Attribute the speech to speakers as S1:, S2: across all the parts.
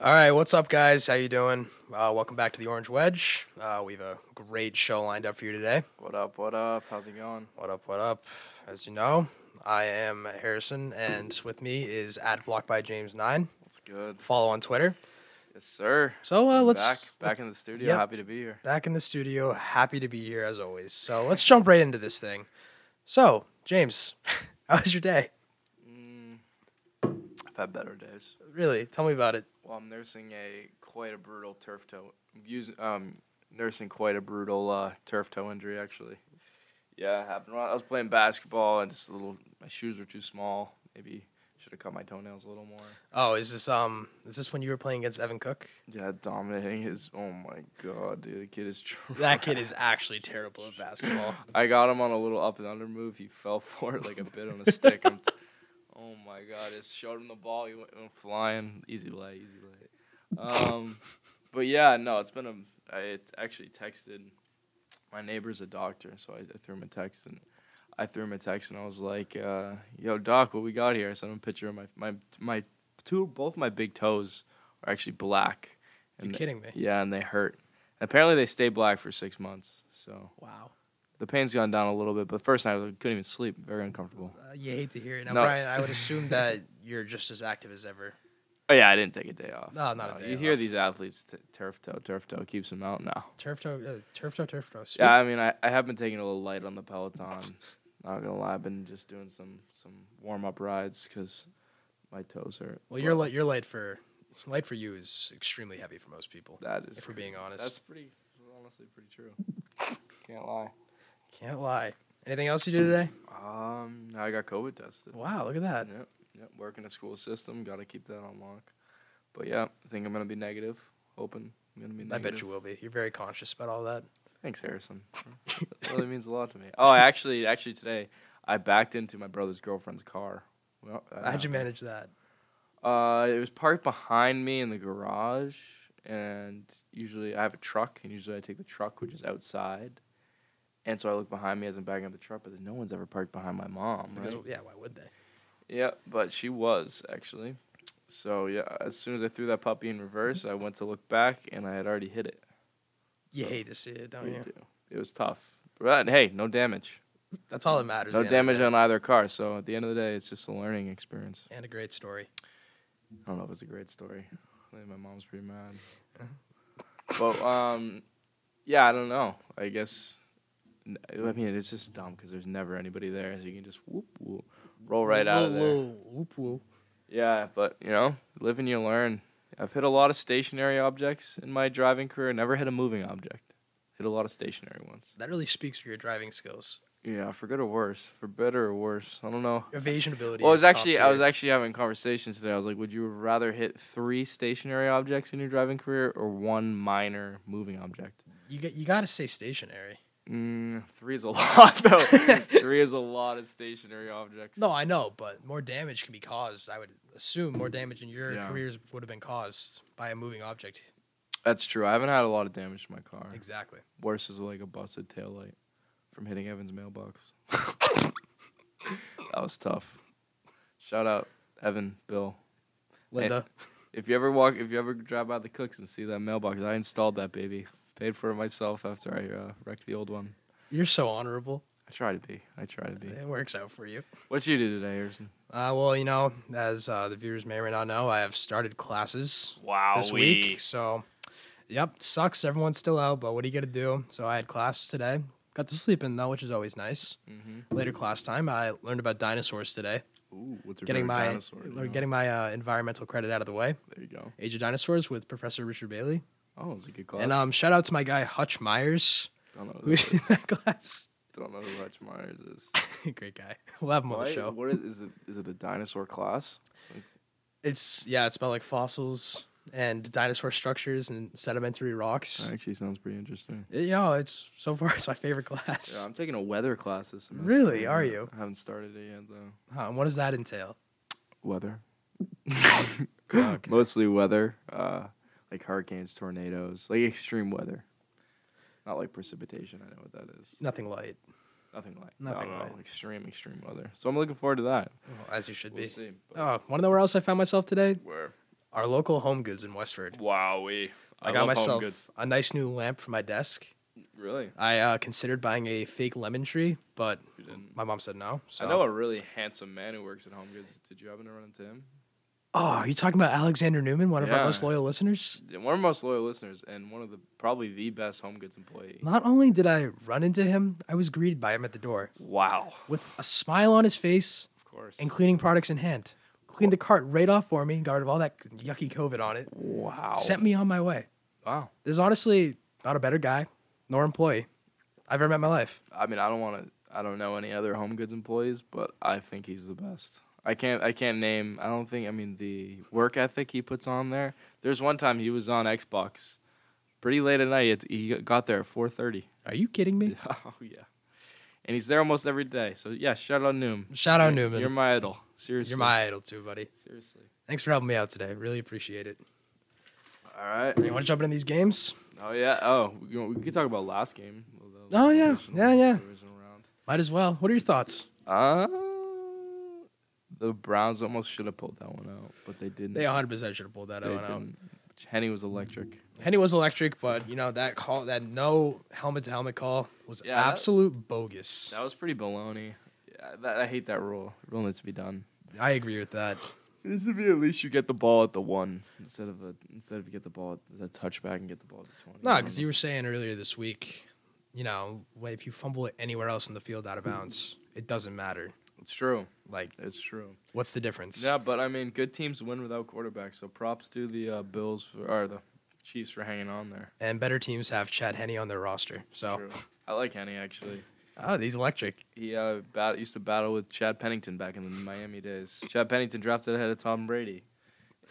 S1: All right, what's up, guys? How you doing? Uh, welcome back to the Orange Wedge. Uh, we have a great show lined up for you today.
S2: What up? What up? How's it going?
S1: What up? What up? As you know, I am Harrison, and with me is at Block by James Nine.
S2: What's good?
S1: Follow on Twitter.
S2: Yes, sir.
S1: So uh, let's
S2: back back in the studio.
S1: Yep.
S2: Happy to be here.
S1: back in the studio. Happy to be here as always. So let's jump right into this thing. So James, how was your day?
S2: Mm, I've had better days.
S1: Really, tell me about it.
S2: Well, I'm nursing a quite a brutal turf toe. I'm using um nursing quite a brutal uh, turf toe injury actually. Yeah, it happened. when I was playing basketball and just a little. My shoes were too small. Maybe should have cut my toenails a little more.
S1: Oh, is this um is this when you were playing against Evan Cook?
S2: Yeah, dominating his. Oh my god, dude, the kid is. Trash.
S1: That kid is actually terrible at basketball.
S2: I got him on a little up and under move. He fell for it like a bit on a stick. I'm t- oh my god! Just showed him the ball. He went, went flying. Easy lay, easy lay. Um, but yeah, no, it's been a. I had actually texted my neighbor's a doctor, so I, I threw him a text and I threw him a text and I was like, uh, "Yo, doc, what we got here?" I sent him a picture of my my my two both my big toes are actually black.
S1: You're
S2: And they-
S1: kidding me.
S2: Yeah, and they hurt. Apparently, they stay black for six months. So
S1: Wow.
S2: the pain's gone down a little bit, but first night I couldn't even sleep. Very uncomfortable.
S1: Uh, you hate to hear it. Now,
S2: No.
S1: Brian, I would assume that you're just as active as ever.
S2: Oh yeah, I didn't take a day off. Uh,
S1: No, not a day
S2: You hear
S1: off.
S2: these athletes, t- turf toe, turf toe keeps them out. No.
S1: Turf toe, uh, turf toe, turf toe. Speak-
S2: Yeah, I mean, I, I have been taking a little light on the Peloton. Not gonna lie, I've been just doing some some warm up rides because my toes hurt.
S1: well, your
S2: But
S1: light, your light for light for you is extremely heavy for most people.
S2: that is
S1: If we're being honest,
S2: that's pretty honestly pretty true. Can't lie.
S1: can't lie. Anything else you do today?
S2: Um, I got COVID tested.
S1: Wow, look at that.
S2: Yep, yep. Working a school system, gotta keep that on lock. But yeah, I think I'm gonna be negative. Hoping I'm gonna be
S1: I
S2: negative.
S1: bet you will be. You're very conscious about all that.
S2: Thanks, Harrison. that really means a lot to me. Oh, I actually, actually today, I backed into my brother's girlfriend's car. Well, I
S1: How'd you
S2: know.
S1: manage that?
S2: Uh, it was parked behind me in the garage, and usually I have a truck, and usually I take the truck, which is outside. And so I look behind me as I'm backing up the truck, but there's no one's ever parked behind my mom.
S1: Because,
S2: right?
S1: yeah, why would they?
S2: Yeah, but she was actually. So yeah, as soon as I threw that puppy in reverse, I went to look back, and I had already hit it.
S1: You hate to see it, don't
S2: You
S1: you?
S2: do. It was tough, but hey, no damage.
S1: That's all that matters.
S2: No
S1: at the end
S2: damage
S1: of the day.
S2: on either car. So at the end of the day, it's just a learning experience.
S1: And a great story.
S2: I don't know if it's a great story. I think my mom's pretty mad. But um, yeah, I don't know. I guess. n- I mean, it's just dumb because there's never anybody there, so you can just whoop whoop roll right out of
S1: Little-
S2: there.
S1: little whoop whoop.
S2: Yeah, but you know, live and you learn. I've hit a lot of stationary objects in my driving career. Never hit a moving object. Hit a lot of stationary ones.
S1: That really speaks for your driving skills.
S2: Yeah, for good or worse, for better or worse. I don't know.
S1: Evasion ability.
S2: Well, I
S1: is
S2: was
S1: top
S2: actually I
S1: tier.
S2: was actually having conversations today. I was like, would you rather hit three stationary objects in your driving career or one minor moving object?
S1: You got you got to stay stationary.
S2: Mm, three is a lot though. three is a lot of stationary objects.
S1: No, I know, but more damage can be caused. I would assume more damage in your
S2: Yeah.
S1: careers would have been caused by a moving object.
S2: that's true. I haven't had a lot of damage to my car.
S1: Exactly.
S2: Worse is like a busted taillight from hitting Evan's mailbox. that was tough. Shout out Evan, Bill.
S1: Linda,
S2: If you ever walk, if you ever drive by the cooks and see that mailbox, I installed that baby. Paid for it myself after I uh, wrecked the old one.
S1: you're so honorable.
S2: I try to be. I try to be.
S1: It works out for you.
S2: What you do today, Harrison?
S1: Uh, well, you know, as uh, the viewers may or may not know, I have started classes
S2: Wow,
S1: this week. So, yep, sucks. Everyone's still out, but what are you gonna do? So I had class today. Got to sleep in though, which is always nice.
S2: hmm
S1: Later class time, I learned about dinosaurs today.
S2: Ooh, what's your
S1: Getting
S2: favorite
S1: my
S2: dinosaur? Do you know?
S1: getting my uh, environmental credit out of the way.
S2: There you go.
S1: Age of Dinosaurs with Professor Richard Bailey.
S2: Oh, it's a good class.
S1: And um, shout out to my guy Hutch Myers,
S2: don't know. Who,
S1: who's in that class.
S2: don't know who Hutch Myers is.
S1: Great guy. We'll have him on the
S2: Why-
S1: show.
S2: What is, is it? Is it a dinosaur class?
S1: It's yeah, it's about like fossils and dinosaur structures and sedimentary rocks.
S2: That actually sounds pretty interesting.
S1: You know, it's so far it's my favorite
S2: Yeah,
S1: class.
S2: I'm taking a weather class this semester.
S1: Really? Are
S2: Yeah,
S1: you?
S2: I haven't started it yet though.
S1: Huh, and what does that entail?
S2: Weather.
S1: Okay.
S2: Mostly weather, uh, like hurricanes, tornadoes, like extreme weather. Not like precipitation. I know what that is.
S1: Nothing light,
S2: Nothing like
S1: Nothing
S2: no, no,
S1: like-
S2: no, extreme extreme weather. So I'm looking forward to that.
S1: well, as you should
S2: We'll
S1: be.
S2: see. but-
S1: Oh, want to know where else I found myself today?
S2: Where?
S1: our local Home Goods in Westford.
S2: Wowee.
S1: I, got
S2: love home
S1: myself
S2: goods.
S1: a nice new lamp for my desk.
S2: Really?
S1: I uh, considered buying a fake lemon tree, but
S2: You didn't.
S1: my mom said no. So.
S2: I know a really handsome man who works at Home Goods. Did you happen to run into him?
S1: Oh, are you talking about Alexander Newman, one of
S2: Yeah.
S1: our most loyal listeners?
S2: Yeah, One of our most loyal listeners and one of the probably the best Home Goods employee.
S1: Not only did I run into him, I was greeted by him at the door
S2: Wow.
S1: with a smile on his face
S2: Of course.
S1: and cleaning products in hand. Cleaned the cart right off for me, got rid of all that yucky COVID on it,
S2: Wow.
S1: sent me on my way.
S2: wow.
S1: There's honestly not a better guy nor employee I've ever met in my life.
S2: I mean, I don't want to. I don't know any other Home Goods employees, but I think he's the best. I can't. I can't name. I don't think. I mean, the work ethic he puts on there. There's one time he was on Xbox, pretty late at night. It's, he got there at 4:30.
S1: Are you kidding me?
S2: Oh yeah, and he's there almost every day. So yeah, shout out Noom.
S1: Shout out
S2: You're-
S1: Newman.
S2: You're my idol. Seriously.
S1: You're my idol too, buddy.
S2: Seriously.
S1: Thanks for helping me out today. Really appreciate it.
S2: All right.
S1: You want to jump into these games?
S2: Oh yeah. Oh, we, we could talk about last game. the
S1: Oh, yeah.
S2: original-
S1: Yeah, yeah.
S2: the original round.
S1: Might as well. What are your thoughts?
S2: Uh, the Browns almost should have pulled that one out, but they didn't.
S1: They 100% should have pulled that
S2: They
S1: out. out.
S2: didn't. Which Henny was electric.
S1: Henny was electric, but you know that call, that no helmet to helmet call was
S2: Yeah, that-
S1: absolute bogus.
S2: That was pretty baloney. Yeah, that, I hate that rule. Rule needs to be done.
S1: I agree with that.
S2: This should be at least you get the ball at the one instead of a instead of you get the ball at the touchback and get the ball at the twenty.
S1: No, because you were saying earlier this week, you know, wh- if you fumble it anywhere else in the field out of bounds, it doesn't matter.
S2: It's true.
S1: Like,
S2: It's true.
S1: what's the difference?
S2: Yeah, but I mean, good teams win without quarterbacks. So props to the uh, Bills for, or the Chiefs for hanging on there.
S1: And better teams have Chad Henney on their roster. So,
S2: True. I like Henny actually.
S1: oh, he's electric.
S2: He uh, bat- used to battle with Chad Pennington back in the Miami days. Chad Pennington drafted ahead of Tom Brady.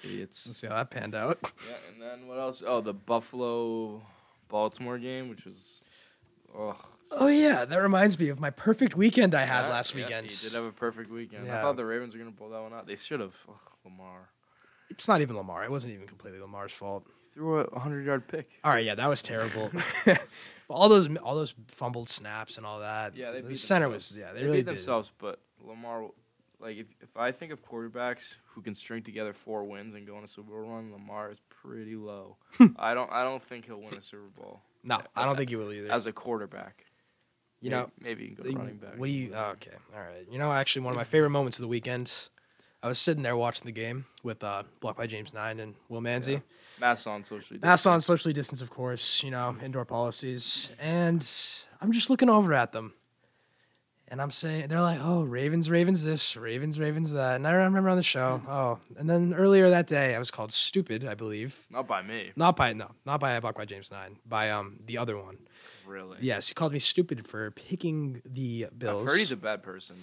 S1: Let's
S2: Idiots.
S1: see how that panned out.
S2: Yeah, and then what else? Oh, the Buffalo Baltimore game, which was. Oh,
S1: Oh yeah, that reminds me of my perfect weekend I had
S2: Yeah,
S1: last
S2: yeah,
S1: weekend.
S2: He did have a perfect weekend. I
S1: Yeah.
S2: thought the Ravens were going to pull that one out. They should have. Oh, Lamar.
S1: It's not even Lamar. It wasn't even completely Lamar's fault.
S2: He threw a 100 yard pick.
S1: All right, yeah, that was terrible. all those all those fumbled snaps and all that.
S2: Yeah, they
S1: the
S2: beat
S1: center
S2: themselves.
S1: was yeah, they,
S2: They
S1: really
S2: beat
S1: did.
S2: themselves, but Lamar, like, if, if I think of quarterbacks who can string together four wins and go on a Super Bowl run, Lamar is pretty low. I don't I don't think he'll win a Super Bowl.
S1: No, I don't think you will either.
S2: as a quarterback.
S1: you
S2: May-
S1: know,
S2: maybe you can go to
S1: Like,
S2: running back.
S1: What do you? oh, okay, all right. You know, actually, one of my favorite moments of the weekend, I was sitting there watching the game with uh, Blocked by James Nine and Will Manzi.
S2: Yeah. Mass on socially.
S1: Masks on, socially distance, of course. You know, indoor policies, and I'm just looking over at them, and I'm saying they're like, "Oh, Ravens, Ravens, this, Ravens, Ravens, that." And I remember on the show, oh, and then earlier that day, I was called stupid, I believe.
S2: Not by me,
S1: Not by no, not by Blocked by James Nine, by um the other one.
S2: really.
S1: Yes, he called me stupid for picking the Bills.
S2: I've heard he's a bad person.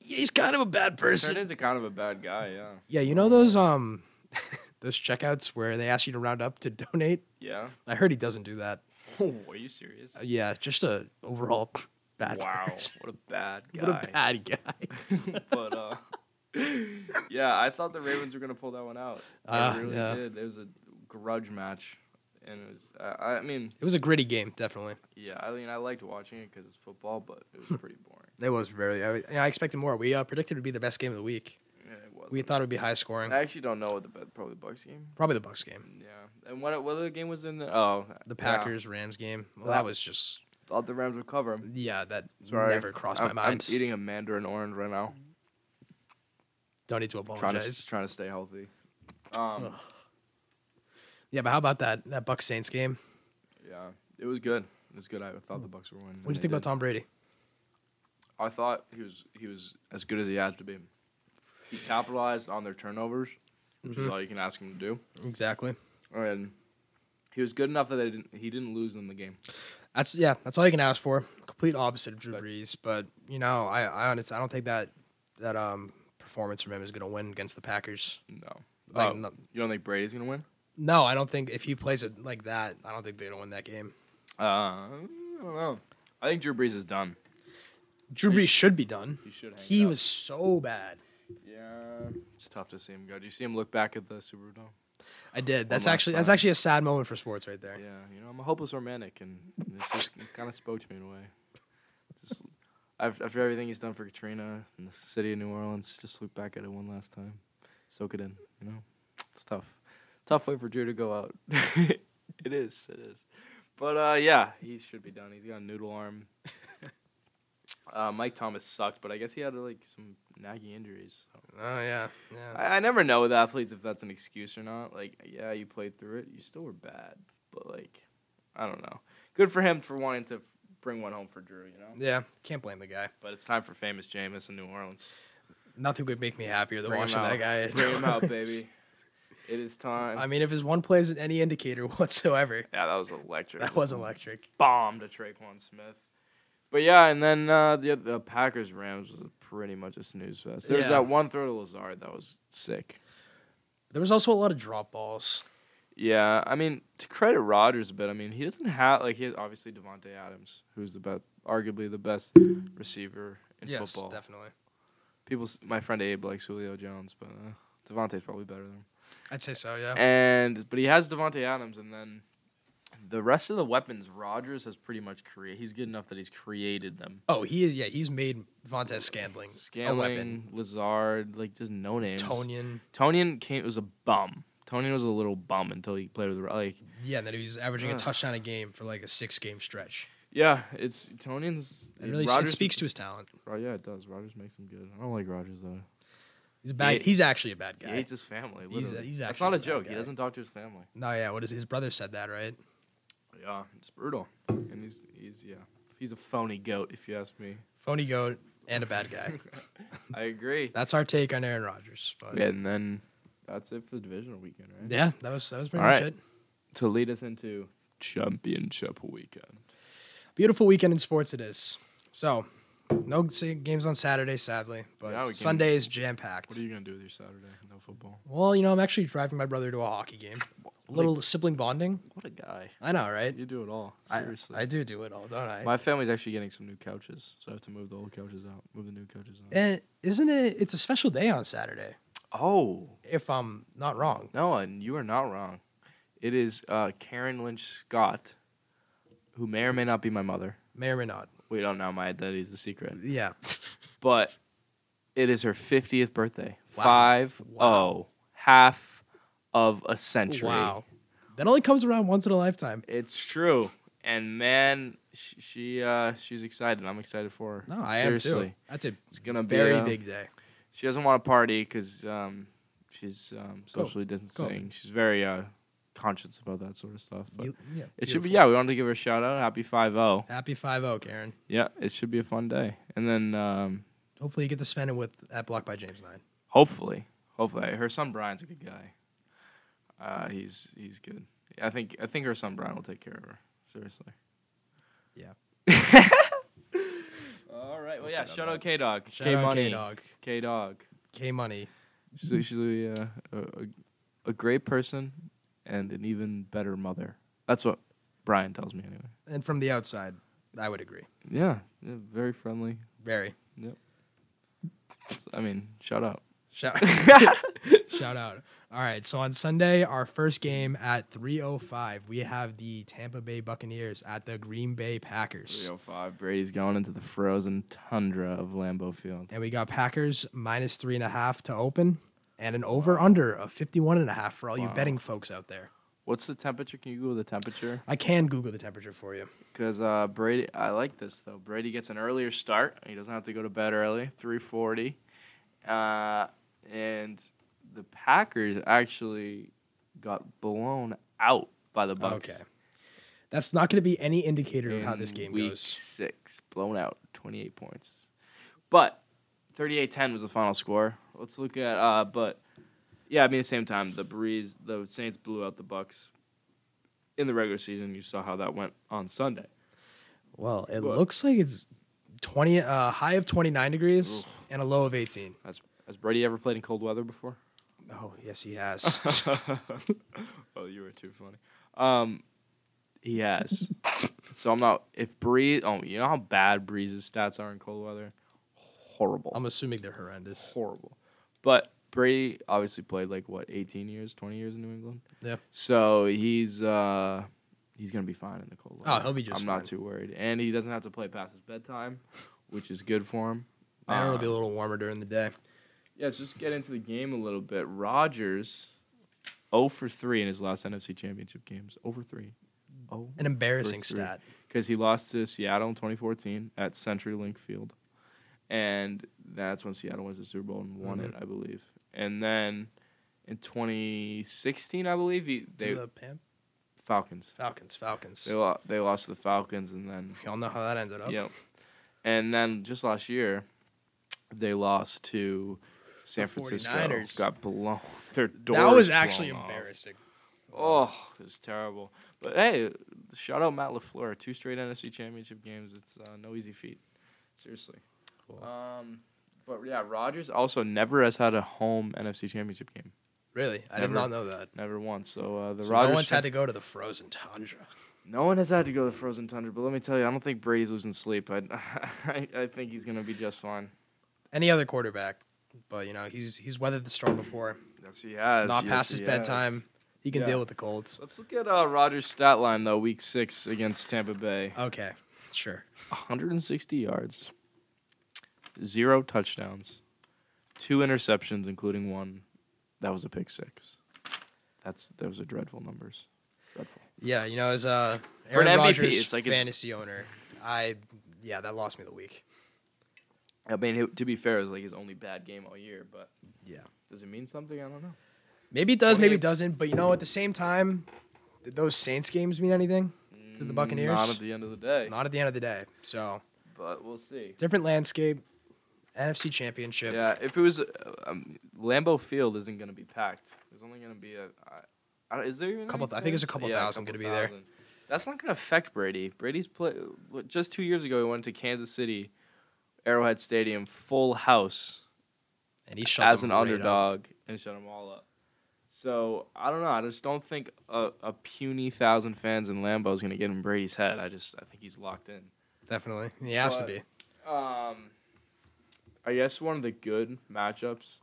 S1: he's kind of a bad
S2: He's
S1: person.
S2: turned into kind of a bad guy. Yeah.
S1: Yeah, you know those um those checkouts where they ask you to round up to donate?
S2: Yeah.
S1: I heard he doesn't do that.
S2: Oh, are you serious?
S1: Uh, yeah, just a overall bad
S2: wow,
S1: person.
S2: what a bad guy.
S1: What a bad guy.
S2: but uh, yeah, I thought the Ravens were gonna pull that one out. They
S1: Ah,
S2: really
S1: yeah.
S2: did. It was a grudge match, and it was. I, I mean,
S1: It was a gritty game, definitely.
S2: yeah. I mean, I liked watching it because it's football, but it was pretty boring.
S1: It was very. I, I expected more. We uh, predicted it would be the best game of the week.
S2: Yeah, it was.
S1: We thought it would be high scoring.
S2: I actually don't know what the bet- probably Bucks game.
S1: Probably the Bucks game,
S2: Yeah, and what what other game was in there? Oh,
S1: the
S2: yeah.
S1: Packers Rams game. Well, that was just
S2: Thought the Rams would cover 'em.
S1: yeah. That
S2: Sorry,
S1: never crossed
S2: I'm,
S1: my mind.
S2: I'm eating a mandarin orange right now,
S1: Don't need to
S2: trying to
S1: apologize.
S2: s- trying to stay healthy. Um,
S1: yeah, but how about that that Bucks Saints game?
S2: yeah, it was good. It was good. I thought the Bucks were winning.
S1: What do you think about Tom Brady?
S2: Tom? I thought he was he was as good as he had to be. He capitalized on their turnovers, which is
S1: Mhm.
S2: all you can ask him to do,
S1: Exactly.
S2: and he was good enough that they didn't he didn't lose in the game.
S1: That's yeah. That's all you can ask for. Complete opposite of Drew
S2: But-
S1: Brees, but you know, I I honestly I don't think that that um performance from him is going to win against the Packers.
S2: No,
S1: Like,
S2: Oh,
S1: no,
S2: you don't think Brady's gonna win?
S1: no, I don't think if he plays it like that, I don't think they're going to win that game.
S2: Uh, I don't know. I think Drew Brees is done.
S1: Drew
S2: They
S1: Brees should be done.
S2: He should. Hang
S1: He
S2: it up.
S1: was so bad.
S2: Yeah, it's tough to see him go. Do you see him look back at the Superdome?
S1: I did. That's
S2: last
S1: actually that's
S2: time.
S1: actually a sad moment for sports right there.
S2: Yeah, you know I'm a hopeless romantic, and it's just kind of spoke to me in a way. Just after, after everything he's done for Katrina and the city of New Orleans, just look back at it one last time, soak it in. You know, It's tough. Tough way for Drew to go out. it is. It is. But uh, yeah, he should be done. He's got a noodle arm. uh, Mike Thomas sucked, but I guess he had like some nagging injuries. So.
S1: Oh yeah, yeah.
S2: I, I never know with athletes if that's an excuse or not. Like, yeah, you played through it. You still were bad, but like, I don't know. Good for him for wanting to bring one home for Drew, you know.
S1: Yeah, can't blame the guy.
S2: But it's time for famous Jameis in New Orleans.
S1: Nothing would make me happier than
S2: Bring him
S1: watching that
S2: out.
S1: guy.
S2: Bring him out, baby. It is time.
S1: I mean, if his one play is any indicator whatsoever,
S2: yeah, that was electric.
S1: that was electric.
S2: bomb to Traquan Smith. But yeah, and then uh, the the Packers Rams was pretty much a snooze fest. There's
S1: Yeah.
S2: that one throw to Lazard that was sick.
S1: There was also a lot of drop balls.
S2: Yeah, I mean to credit Rodgers a bit. I mean he doesn't have like he has obviously Devonte Adams, who's the best, arguably the best receiver in
S1: yes,
S2: football.
S1: definitely.
S2: People, s- my friend Abe likes Julio Jones, but uh, Devontae's probably better than him.
S1: I'd say so. Yeah.
S2: And but he has Devonte Adams, and then the rest of the weapons Rodgers has pretty much created. He's good enough that he's created them.
S1: Oh, he is. Yeah, he's made Vontez Scandling,
S2: Scanling,
S1: a weapon.
S2: Lazard, like just no names.
S1: Tonian.
S2: Tonian came was a bum. Tonian was a little bum until he played with the like.
S1: Yeah, and then he was averaging a
S2: Ugh.
S1: touchdown a game for like a six game stretch.
S2: Yeah, it's Tonian's.
S1: It really it
S2: Rodgers-
S1: speaks to his talent.
S2: Oh, yeah, it does. Rogers makes him good. I don't like Rogers though.
S1: He's a bad.
S2: He-
S1: he's actually a bad
S2: He
S1: guy.
S2: hates his family.
S1: He's-
S2: literally.
S1: he's
S2: That's
S1: actually
S2: not a
S1: a bad
S2: joke. He
S1: guy.
S2: doesn't talk to his family.
S1: no, yeah. What is his brother said that right?
S2: Yeah, it's brutal. And he's he's yeah, he's a phony goat if you ask me.
S1: Phony goat and a bad guy.
S2: I agree.
S1: That's our take on Aaron Rodgers. But yeah,
S2: and then that's it for the divisional weekend, right?
S1: that was that was pretty
S2: All
S1: much
S2: right.
S1: it.
S2: To lead us into championship weekend.
S1: Beautiful weekend in sports it is. So, no sa- games on Saturday, sadly, but
S2: Now we can-
S1: Sunday is jam packed.
S2: What are you gonna do with your Saturday? No football.
S1: well, you know, I'm actually driving my brother to a hockey game. A little sibling bonding.
S2: What a guy.
S1: I know, right?
S2: You do it all.
S1: I,
S2: Seriously.
S1: I do do it all, don't I?
S2: My family's actually getting some new couches, so I have to move the old couches out. Move the new couches out.
S1: and Eh, isn't it? It's a special day on Saturday,
S2: oh
S1: if I'm not wrong.
S2: no, and you are not wrong. It is uh, Karen Lynch Scott, who may or may not be my mother.
S1: May or may not.
S2: We don't know my identity's a secret,
S1: Yeah.
S2: but it is her fiftieth birthday.
S1: Wow.
S2: Five
S1: Wow.
S2: oh, half of a century.
S1: Wow. That only comes around once in a lifetime.
S2: It's true. And man, sh- she uh, she's excited. I'm excited for her.
S1: No, I am
S2: Seriously.
S1: too. That's a
S2: It's gonna be uh,
S1: very
S2: a-
S1: big day.
S2: She doesn't want to party because um, she's um,
S1: Go.
S2: socially distancing. She's very uh, conscious about that sort of stuff. But
S1: You- yeah,
S2: it should be
S1: beautiful.
S2: yeah. We wanted to give her a shout out. Happy five zero.
S1: Happy 5 Karen.
S2: Yeah, it should be a fun day. And then um,
S1: Hopefully you get to spend it with that block by James Nine.
S2: hopefully, hopefully, her son Brian's a good guy. Uh, he's he's good. I think I think her son Brian will take care of her. Seriously.
S1: Yeah.
S2: All right. Well,
S1: We'll
S2: yeah.
S1: shut up
S2: Shout
S1: now.
S2: out K Dog.
S1: Shout
S2: K
S1: out K
S2: Money.
S1: Dog.
S2: K Dog.
S1: K Money.
S2: She's a, she's a, uh, a, a- a great person and an even better mother. That's what Brian tells me anyway.
S1: And from the outside, I would agree.
S2: Yeah, yeah, very friendly.
S1: Very.
S2: It's- I mean, shout out.
S1: Shout, shout out. All right. So on Sunday, our first game at 3:05, we have the Tampa Bay Buccaneers at the Green Bay Packers,
S2: 305. Brady's going into the frozen tundra of Lambeau Field.
S1: and we got Packers minus three and a half to open, and an over under of 51 and a half for all you
S2: Wow.
S1: betting folks out there.
S2: What's the temperature? Can you Google the temperature?
S1: I can Google the temperature for you.
S2: Because uh, Brady, I like this though. Brady gets an earlier start. He doesn't have to go to bed early. 340. Uh, and the Packers actually got blown out by the Bucks.
S1: Okay. That's not going to be any indicator of how
S2: in
S1: this game
S2: week
S1: goes.
S2: Six blown out, twenty eight points, but 38-10 was the final score. Let's look at uh, but yeah, I mean at the same time the breeze the Saints blew out the Bucks in the regular season. You saw how that went on Sunday.
S1: Well, it
S2: But-
S1: looks like it's 20 uh, high of 29 degrees and a low of 18.
S2: Has has Brady ever played in cold weather before?
S1: Oh, yes, he has.
S2: oh, you were too funny. Um, he has. so I'm not if Breeze. Oh, you know how bad Breeze's stats are in cold weather. Horrible.
S1: I'm assuming they're horrendous.
S2: horrible. But Brady obviously played like what, 18 years, 20 years in New England.
S1: Yeah.
S2: So he's uh he's gonna be fine in the cold.
S1: Oh, he'll be just
S2: I'm
S1: fine.
S2: not too worried, and he doesn't have to play past his bedtime, which is good for him.
S1: I know it'll
S2: Uh,
S1: be a little warmer during the day.
S2: yeah, let's just get into the game a little bit. Rodgers 0 for 3 in his last NFC Championship games. 0 for 3. Oh,
S1: An embarrassing
S2: First three.
S1: stat.
S2: because he lost to Seattle in 2014 at CenturyLink Field, and that's when Seattle went to the Super Bowl and won
S1: Mm-hmm.
S2: it, I believe. And then in 2016, I believe he, they
S1: to the Pam-
S2: Falcons.
S1: Falcons, Falcons.
S2: They lo- they lost to the Falcons, and then
S1: Y'all know how that ended up.
S2: Yep. And then just last year, they lost to San
S1: The
S2: Francisco.
S1: 49ers.
S2: Got blown. Their door
S1: That was actually embarrassing.
S2: embarrassing. Oh, it was terrible. But hey, shout out Matt Lafleur. Two straight NFC Championship games. It's uh, no easy feat. Seriously.
S1: Cool.
S2: Um, but yeah, Rodgers also never has had a home NFC Championship game.
S1: Really, I did
S2: Never.
S1: not know that.
S2: Never once. So uh, the
S1: So
S2: Rodgers.
S1: no one's had to go to the frozen tundra.
S2: No one has had to go to the frozen tundra, but let me tell you, I don't think Brady's losing sleep. I, I, I think he's gonna be just fine.
S1: Any other quarterback, but you know he's he's weathered the storm before.
S2: Yes, he has.
S1: not
S2: Yes,
S1: past his
S2: he has.
S1: bedtime. He can
S2: Yeah.
S1: deal with the colds.
S2: Let's look at uh, Rodgers' stat line though. Week six against Tampa Bay,
S1: Okay, sure.
S2: 160 yards, zero touchdowns, two interceptions, including one that was a pick six. That's those are dreadful numbers. Dreadful.
S1: Yeah, you know as a
S2: For an
S1: Aaron
S2: MVP,
S1: Rodgers
S2: it's like it's-
S1: fantasy owner, I yeah that lost me the week.
S2: I mean, it- to be fair, it was like his only bad game all year, but
S1: Yeah.
S2: does it mean something? I don't know.
S1: Maybe it does, maybe it
S2: 28
S1: doesn't. But you know, at the same time, did those Saints games mean anything? To the Buccaneers?
S2: Not at the end of the day,
S1: Not at the end of the day. So
S2: but we'll see.
S1: different landscape. NFC Championship.
S2: Yeah, if it was uh, um, Lambeau Field isn't going to be packed. There's only going to be a. I- I don't- is there even
S1: Couple-
S2: any
S1: I think there's a
S2: fans?
S1: couple thousand gonna be there.
S2: thousand. That's not going to affect Brady. Brady's play what- just two years ago. He went to Kansas City, Arrowhead Stadium, full house
S1: and he shut
S2: as an
S1: them right up.
S2: underdog and shut them all up. So I don't know. I just don't think a, a puny thousand fans in Lambeau is going to get in Brady's head. I just I think he's locked in.
S1: Definitely, he has
S2: But-
S1: to be.
S2: Um, I guess one of the good matchups.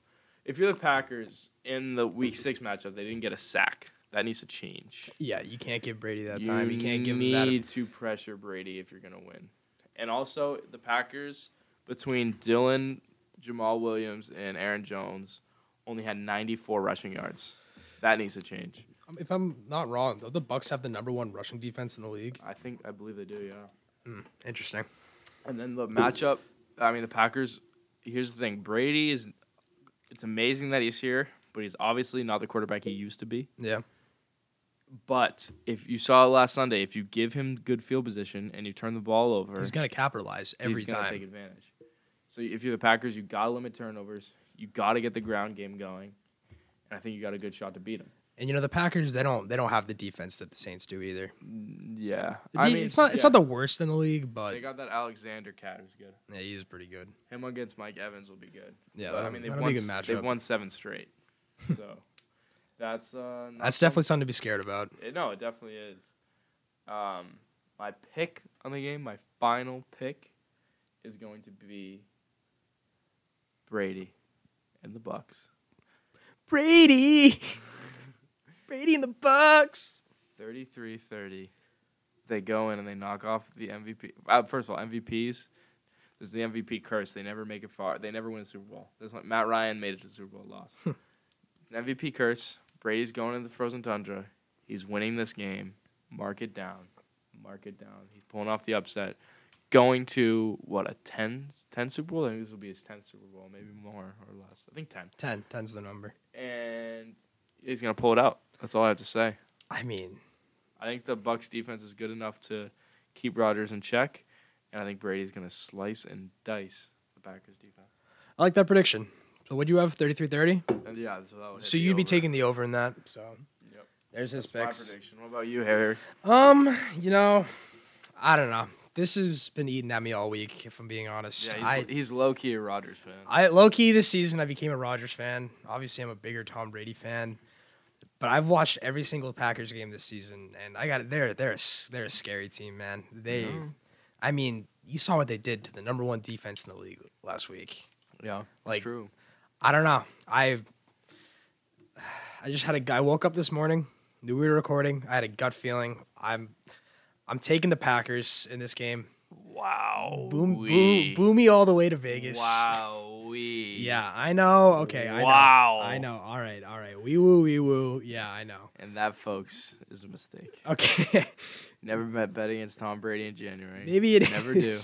S2: If you're the Packers in the Week Six matchup, they didn't get a sack. That needs to change.
S1: Yeah, you can't give Brady that
S2: you
S1: time. You can't give him
S2: need
S1: that.
S2: to pressure Brady if you're gonna win. And also the Packers between Dylan, Jamal Williams, and Aaron Jones only had 94 rushing yards. That needs to change.
S1: Um, If I'm not wrong, though, the Bucks have the number one rushing defense in the league.
S2: I think I believe they do. Yeah.
S1: Interesting.
S2: And then the matchup, I mean, the Packers. Here's the thing: Brady is. It's amazing that he's here, but he's obviously not the quarterback he used to be.
S1: Yeah,
S2: But if you saw it last Sunday, if you give him good field position and you turn the ball over,
S1: he's gonna capitalize every
S2: he's gonna
S1: time.
S2: take advantage. So if you're the Packers, you gotta limit turnovers. You gotta get the ground game going, and I think you got a good shot to beat him.
S1: And you know the Packers, they don't they don't have the defense that the Saints do either.
S2: Yeah,
S1: Mm, I mean, it's not it's not the worst in the league, but
S2: They got that Alexander cat who's good.
S1: yeah, he's pretty good.
S2: Him against Mike Evans will be good.
S1: Yeah,
S2: but, I
S1: that'll-
S2: mean they've
S1: that'll
S2: won,
S1: be a good
S2: s-
S1: matchup.
S2: they've won seven straight, so that's uh, not
S1: That's definitely something to be scared about.
S2: something- it- no, it definitely is. Um, my pick on the game, my final pick, is going to be Brady and the Bucks.
S1: Brady. Brady in the Bucks.
S2: 33-30. They go in and they knock off the MVP. Uh, first of all, MVPs. There's the MVP curse. They never make it far. They never win a Super Bowl. There's like Matt Ryan made it to the Super Bowl loss. MVP curse. Brady's going into the frozen tundra. He's winning this game. Mark it down. Mark it down. He's pulling off the upset. Going to what a 10, 10 Super Bowl. I think this will be his tenth Super Bowl, maybe more or less. I think ten.
S1: 10. 10's the number.
S2: And he's gonna pull it out. That's all I have to say.
S1: I mean,
S2: I think the Bucks defense is good enough to keep Rodgers in check, and I think Brady's gonna slice and dice the Packers defense.
S1: I like that prediction. So would you have 33-30?
S2: And yeah, so that would hit
S1: So
S2: the
S1: you'd be
S2: over.
S1: taking the over in that. So
S2: Yep.
S1: there's his
S2: That's my
S1: picks.
S2: prediction. What about you, Harry?
S1: Um, you know, I don't know. This has been eating at me all week, if I'm being honest.
S2: Yeah, he's,
S1: I,
S2: he's low key a Rodgers fan.
S1: I low key this season I became a Rodgers fan. Obviously I'm a bigger Tom Brady fan, but I've watched every single Packers game this season, and I got it. They're they're a s- they're a scary team, man. They,
S2: Yeah.
S1: I mean, you saw what they did to the number one defense in the league last week.
S2: yeah,
S1: like-
S2: like true.
S1: I don't know. I I just had a guy woke up this morning, knew we were recording. I had a gut feeling. I'm I'm taking the Packers in this game.
S2: Wow.
S1: Boom boom boo me all the way to Vegas.
S2: Wow.
S1: Yeah, I know. Okay, I
S2: Wow.
S1: know. I know. All right, all right. Wee woo, wee woo. Yeah, I know.
S2: And that, folks, is a mistake.
S1: Okay,
S2: Never bet bet against Tom Brady in January.
S1: maybe it is.
S2: Never do.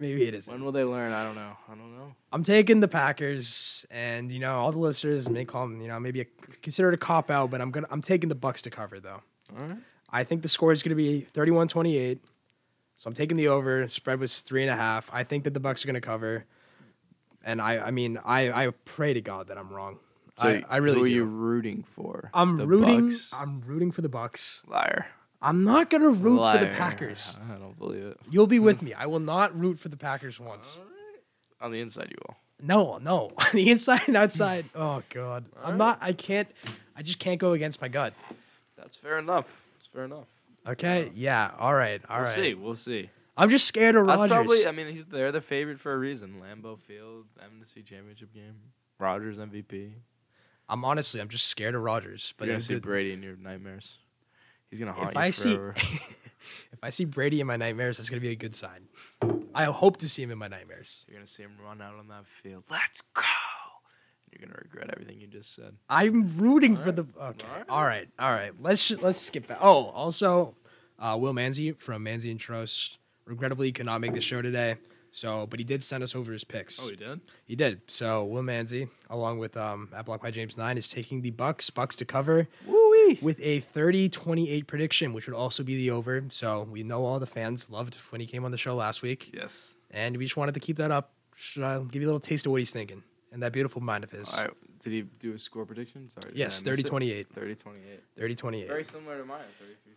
S1: Maybe it isn't.
S2: When will they learn? I don't know. I don't know.
S1: I'm taking the Packers, and you know all the listeners may call them, you know, maybe a, consider it a cop out, but I'm gonna I'm taking the Bucks to cover though.
S2: All right.
S1: I think the score is going to be 31-28. So I'm taking the over. Spread was three and a half. I think that the Bucks are going to cover, and I I mean I I pray to God that I'm wrong. I, I really
S2: Who are
S1: do.
S2: you rooting for?
S1: I'm
S2: The
S1: rooting.
S2: Bucks?
S1: I'm rooting for the Bucks.
S2: Liar.
S1: I'm not gonna root for
S2: Liar.
S1: the Packers.
S2: I don't believe it.
S1: You'll be with me. I will not root for the Packers once.
S2: On the inside, you will.
S1: No, no. On the inside and outside. Oh God, I'm not. I can't. I just can't go against my gut.
S2: That's fair enough. That's fair enough.
S1: Okay. Yeah. All right. All
S2: we'll
S1: right.
S2: see. We'll see.
S1: I'm just scared of
S2: That's
S1: Rodgers.
S2: probably. I mean, he's they're the favorite for a reason. Lambeau Field, Amnesty Championship game. Rogers MVP.
S1: I'm honestly. I'm just scared of Rodgers. But
S2: You're gonna
S1: if
S2: see
S1: it-
S2: Brady in your nightmares. He's gonna haunt
S1: if
S2: you
S1: I see,
S2: forever.
S1: if I see Brady in my nightmares, that's gonna be a good sign. I hope to see him in my nightmares.
S2: You're gonna see him run out on that field. Let's go. You're gonna regret everything you just said.
S1: I'm rooting for the. Okay. All
S2: All right.
S1: right. All right. Let's ju- let's skip that. Oh, also, uh, Will Manzi from Manzi and Trost regrettably could not make the show today. So, but he did send us over his picks.
S2: Oh, did.
S1: He did. So Will Manzi, along with um, at Block by James Nine, is taking the Bucks Bucks to cover
S2: Woo
S1: with a 30-28 prediction, which would also be the over. So we know all the fans loved when he came on the show last week,
S2: Yes.
S1: and we just wanted to keep that up. Should I give you a little taste of what he's thinking and that beautiful mind of his.
S2: All right. Did he do a score prediction? Sorry. did
S1: Yes,
S2: I miss it?
S1: 30-28.
S2: 30-28.
S1: 30-28.
S2: Very similar to mine,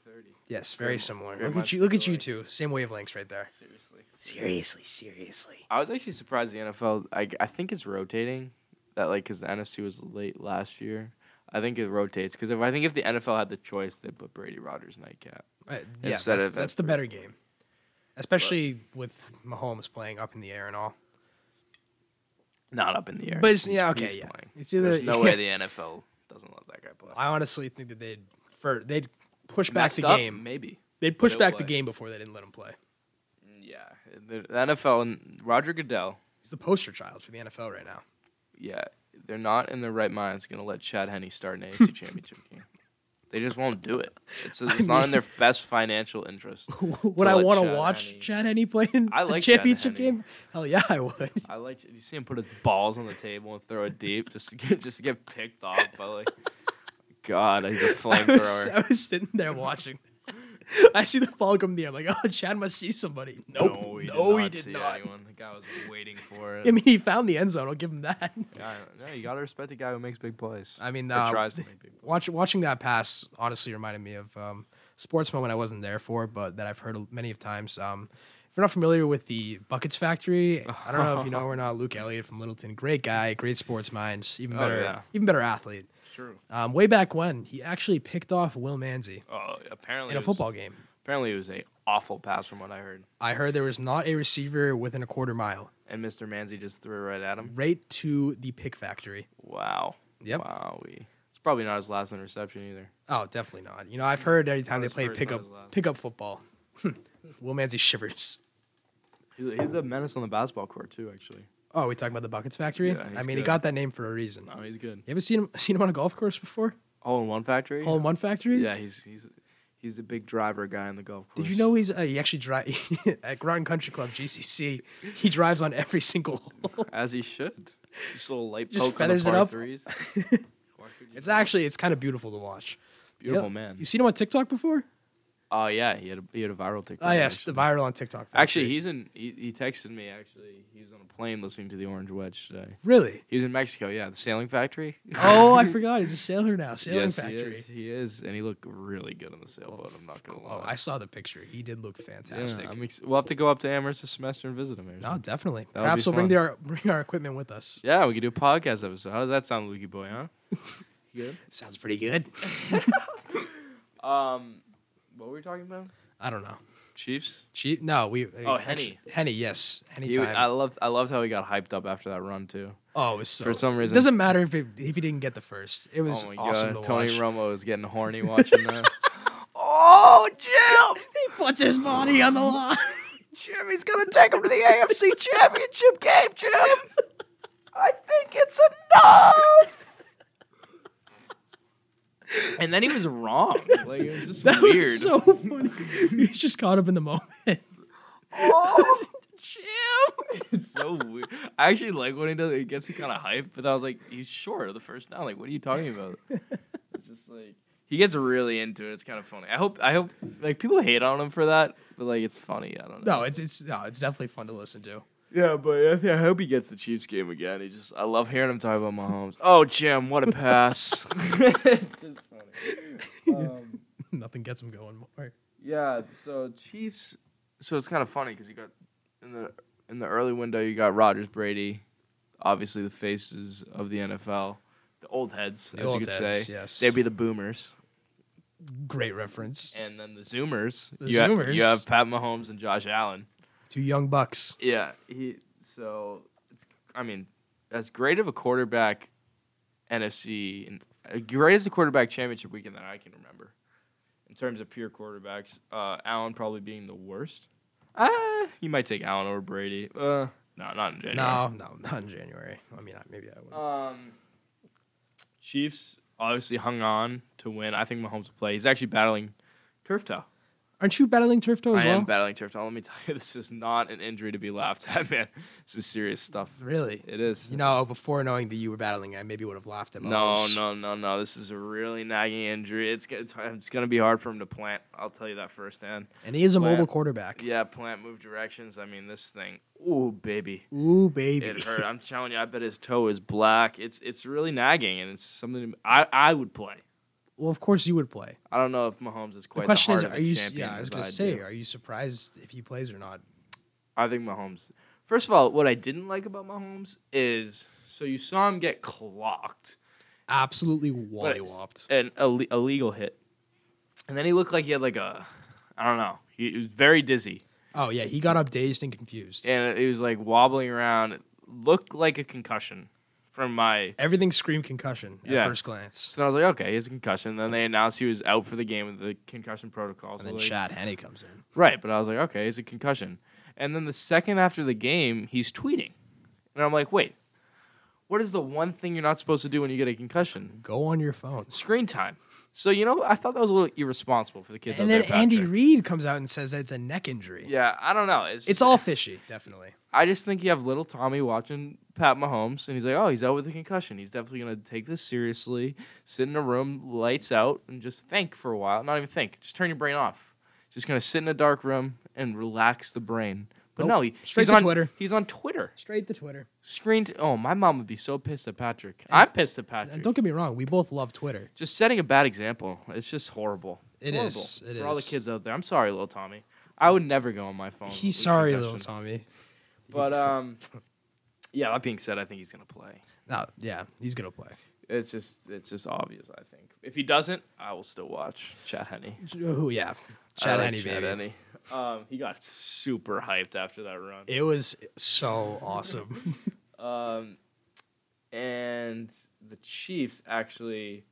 S2: 33-30.
S1: yes,
S2: very
S1: very
S2: mu-
S1: similar.
S2: very
S1: Look
S2: much
S1: at you. Look at you
S2: like-
S1: two. Same wavelengths right there.
S2: Seriously.
S1: Seriously, seriously.
S2: I was actually surprised the NFL. I, I think it's rotating that like because the NFC was late last year. I think it rotates because if I think if the NFL had the choice, they'd put Brady Rogers nightcap.
S1: Uh, yeah,
S2: Instead
S1: that's,
S2: of that
S1: that's the better game, especially with Mahomes playing up in the air and all.
S2: Not up in the air.
S1: But it's,
S2: He's-
S1: yeah, okay,
S2: he's
S1: yeah.
S2: playing.
S1: It's either
S2: There's no
S1: yeah.
S2: way the NFL doesn't let that guy play.
S1: I honestly think that they'd for they'd push back
S2: Messed
S1: the
S2: up?
S1: game.
S2: Maybe.
S1: They'd push
S2: he'll
S1: back
S2: play.
S1: the game before they didn't let him play.
S2: Mm, Yeah. The, the NFL and Roger Goodell.
S1: He's the poster child for the NFL right now.
S2: Yeah, they're not in their right minds going to let Chad Henney start an AFC Championship game. They just won't do it. It's, it's
S1: I
S2: not in their best financial interest.
S1: would I
S2: let
S1: want
S2: Chad
S1: to watch
S2: Henne-
S1: Chad Henne play in
S2: I
S1: the
S2: like Chad
S1: championship
S2: Henne.
S1: game? Hell yeah, I would.
S2: I like you see him put his balls on the table and throw it deep just to get just to get picked off by like God, he's a
S1: I was,
S2: flamethrower.
S1: I was sitting there watching. I see the ball come there. I'm like, oh, Chad must see somebody. Nope. No, he did not.
S2: see anyone. The guy was waiting for it.
S1: I mean, he found the end zone. I'll give him that.
S2: yeah, I- no, you gotta respect the guy who makes big plays.
S1: I mean,
S2: Or
S1: uh,
S2: tries to make big plays.
S1: Watch, watching that pass honestly reminded me of um, sports moment I wasn't there for, but that I've heard many of times. Um, if you're not familiar with the Buckets Factory, I don't know if you know or not. Luke Elliott from Littleton, great guy, great sports mind, even
S2: Oh,
S1: better,
S2: yeah.
S1: even better athlete.
S2: It's true.
S1: Um, way back when, he actually picked off Will Manzi
S2: Oh, apparently
S1: in a
S2: it was-
S1: football game.
S2: Apparently, it was a awful pass from what I heard.
S1: I heard there was not a receiver within a quarter mile,
S2: And Mr. Manzi just threw it right at him.
S1: right to the pick factory.
S2: Wow.
S1: Yep.
S2: Wowie. It's probably not his last interception either.
S1: Oh, definitely not. You know, I've heard anytime they
S2: his
S1: play
S2: first, not
S1: pickup
S2: his last.
S1: pickup football, Will Manzi shivers.
S2: He's a, he's a menace on the basketball court too, actually.
S1: Oh, we talking about the Buckets Factory?
S2: Yeah,
S1: I
S2: he's
S1: mean, he
S2: good.
S1: got that name for a reason.
S2: No, he's good.
S1: You ever seen him seen him on a golf course before?
S2: Hole in one factory.
S1: Hole in One Factory?
S2: Yeah, he's he's he's a big driver guy on the golf course.
S1: Did you know he's uh, he actually drives at Groton Country Club GCC? He drives on every single hole.
S2: As he should. Just a little light
S1: Just
S2: poke
S1: feathers it
S2: on the par
S1: up.
S2: threes. Why could you
S1: It's
S2: not?
S1: actually it's kind of beautiful to watch.
S2: beautiful
S1: Yep. You
S2: man.
S1: seen him on TikTok before?
S2: Oh yeah, he had a, he had a viral TikTok.
S1: Oh yes, the
S2: actually.
S1: viral on TikTok.
S2: Actually,
S1: factory.
S2: he's in. He, he texted me. Actually, he was on a plane listening to the Orange Wedge today.
S1: really.
S2: He was in Mexico. Yeah, the sailing factory.
S1: Oh, I forgot. He's a sailor now. Sailing
S2: yes, He
S1: factory.
S2: is, he is, and he looked really good on the sailboat. I'm not gonna lie.
S1: Oh, I saw the picture. He did look fantastic.
S2: Yeah, I'm ex- we'll have to go up to Amherst this semester and visit him. Or
S1: no,
S2: something.
S1: definitely.
S2: That would
S1: Perhaps
S2: be
S1: we'll bring
S2: fun.
S1: the, our bring our equipment with us.
S2: Yeah, we could do a podcast episode. How does that sound, Lukey boy? Huh? good.
S1: Sounds pretty good.
S2: Um, what were we talking about?
S1: I don't know.
S2: Chiefs.
S1: Cheat? No, we. uh,
S2: Oh,
S1: actually- Henny, yes.
S2: He,
S1: Anytime.
S2: I loved. I loved how he got hyped up after that run too.
S1: oh, it was so.
S2: for some reason-
S1: it doesn't matter if, it, if he didn't get the first. It was
S2: oh my
S1: awesome
S2: god,
S1: to
S2: Tony
S1: watch.
S2: Romo is getting horny watching that.
S1: Oh, Jim! he puts his body on the line. Jimmy's gonna take him to the AFC Championship game, Jim.
S2: I think it's enough. and then he was wrong. Like it was just
S1: That
S2: weird.
S1: was so funny. He's just caught up in the moment.
S2: oh, Jim. It's so weird. I actually like when he does it. It gets me kind of hyped, but I was like, he's short of the first down. Like, what are you talking about? It's just like he gets really into it. It's kind of funny. I hope. I hope. Like people hate on him for that, but like it's funny. I don't know.
S1: No, it's it's no, it's definitely fun to listen to.
S2: Yeah, but I, think, I hope he gets the Chiefs game again. He just I love hearing him talk about Mahomes. Oh, Jim, what a pass! it's just funny. Um,
S1: Nothing gets him going more.
S2: yeah, so Chiefs. So it's kind of funny because you got in the in the early window you got Rogers, Brady, obviously the faces of the NFL, the old heads, as
S1: old
S2: you could
S1: heads,
S2: say.
S1: yes.
S2: They'd be the boomers,
S1: Great reference.
S2: and then the Zoomers.
S1: The
S2: you ha-
S1: Zoomers.
S2: you have Pat Mahomes and Josh Allen.
S1: Two young bucks.
S2: Yeah, he. So, it's, I mean, as great of a quarterback, NFC and uh, great as a quarterback championship weekend that I can remember, in terms of pure quarterbacks, uh, Allen probably being the worst. Ah, you might take Allen over Brady. Uh, no, not in January.
S1: No, no, not in January. I mean, I- maybe I would.
S2: Um, Chiefs obviously hung on to win. I think Mahomes will play. He's actually battling turf toe.
S1: Aren't you battling turf toe as
S2: I
S1: well?
S2: am battling turf toe. Let me tell you, this is not an injury to be laughed at, man. This is serious stuff.
S1: really?
S2: It is.
S1: You know, before knowing that you were battling, I maybe would have laughed at
S2: No,
S1: Mahomes.
S2: no, no, no. This is a really nagging injury. It's go- it's, it's going to be hard for him to plant. I'll tell you that firsthand.
S1: And he is a
S2: Well,
S1: mobile quarterback.
S2: Yeah, plant, move directions. I mean, this thing. Ooh, baby,
S1: Ooh, baby.
S2: it hurt. I'm telling you, I bet his toe is black. It's it's really nagging, and it's something I I would play.
S1: well, of course you would play.
S2: I don't know if Mahomes is
S1: The
S2: quite the,
S1: question is,
S2: heart
S1: are
S2: of a
S1: you?
S2: champion.
S1: Yeah, I was
S2: as
S1: gonna
S2: do.
S1: say, are you surprised if he plays or not?
S2: I think Mahomes. First of all, what I didn't like about Mahomes is so you saw him get clocked.
S1: Absolutely
S2: But
S1: wally
S2: it's
S1: whopped.
S2: An ille- illegal hit. And then he looked like he had like a, I don't know. He, he was very dizzy,
S1: Oh yeah, he got up dazed and confused.
S2: and he was like wobbling around. It looked like a concussion from my.
S1: Everything screamed concussion at
S2: Yeah.
S1: first glance.
S2: So I was like, okay, he has a concussion. Then they announced he was out for the game with the concussion protocol. So
S1: And then
S2: like-
S1: Chad Henney comes in.
S2: Right, but I was like, okay, it's a concussion. And then the second after the game, he's tweeting, and I'm like, wait, what is the one thing you're not supposed to do when you get a concussion?
S1: Go on your phone.
S2: Screen time. So you know, I thought that was a little irresponsible for the kids. out
S1: And then
S2: there,
S1: Andy
S2: Patrick.
S1: Reid comes out and says that it's a neck injury.
S2: Yeah, I don't know. It's,
S1: It's all fishy, definitely.
S2: I just think you have little Tommy watching Pat Mahomes, and he's like, "Oh, he's out with a concussion. He's definitely gonna take this seriously. Sit in a room, lights out, and just think for a while. Not even think. Just turn your brain off. Just gonna sit in a dark room and relax the brain." But
S1: Nope.
S2: no, he,
S1: Straight
S2: he's
S1: to
S2: on
S1: Twitter.
S2: He's on Twitter.
S1: Straight to Twitter.
S2: Screen. T- oh, my mom would be so pissed at Patrick. I'm pissed at Patrick.
S1: And don't get me wrong, we both love Twitter.
S2: just setting a bad example. It's just horrible.
S1: It
S2: It is
S1: is. It
S2: for all the
S1: is.
S2: kids out there. I'm sorry, little Tommy. I would never go on my phone.
S1: He's
S2: with
S1: sorry,
S2: concussion.
S1: little Tommy.
S2: But um, yeah. That being said, I think he's gonna play.
S1: No, yeah, he's gonna play.
S2: It's just it's just obvious. I think if he doesn't, I will still watch Chad Henney.
S1: Oh yeah,
S2: I
S1: Chad
S2: like
S1: Henney, baby.
S2: Henne. Um, he got super hyped after that run.
S1: It was so awesome.
S2: Um, and the Chiefs actually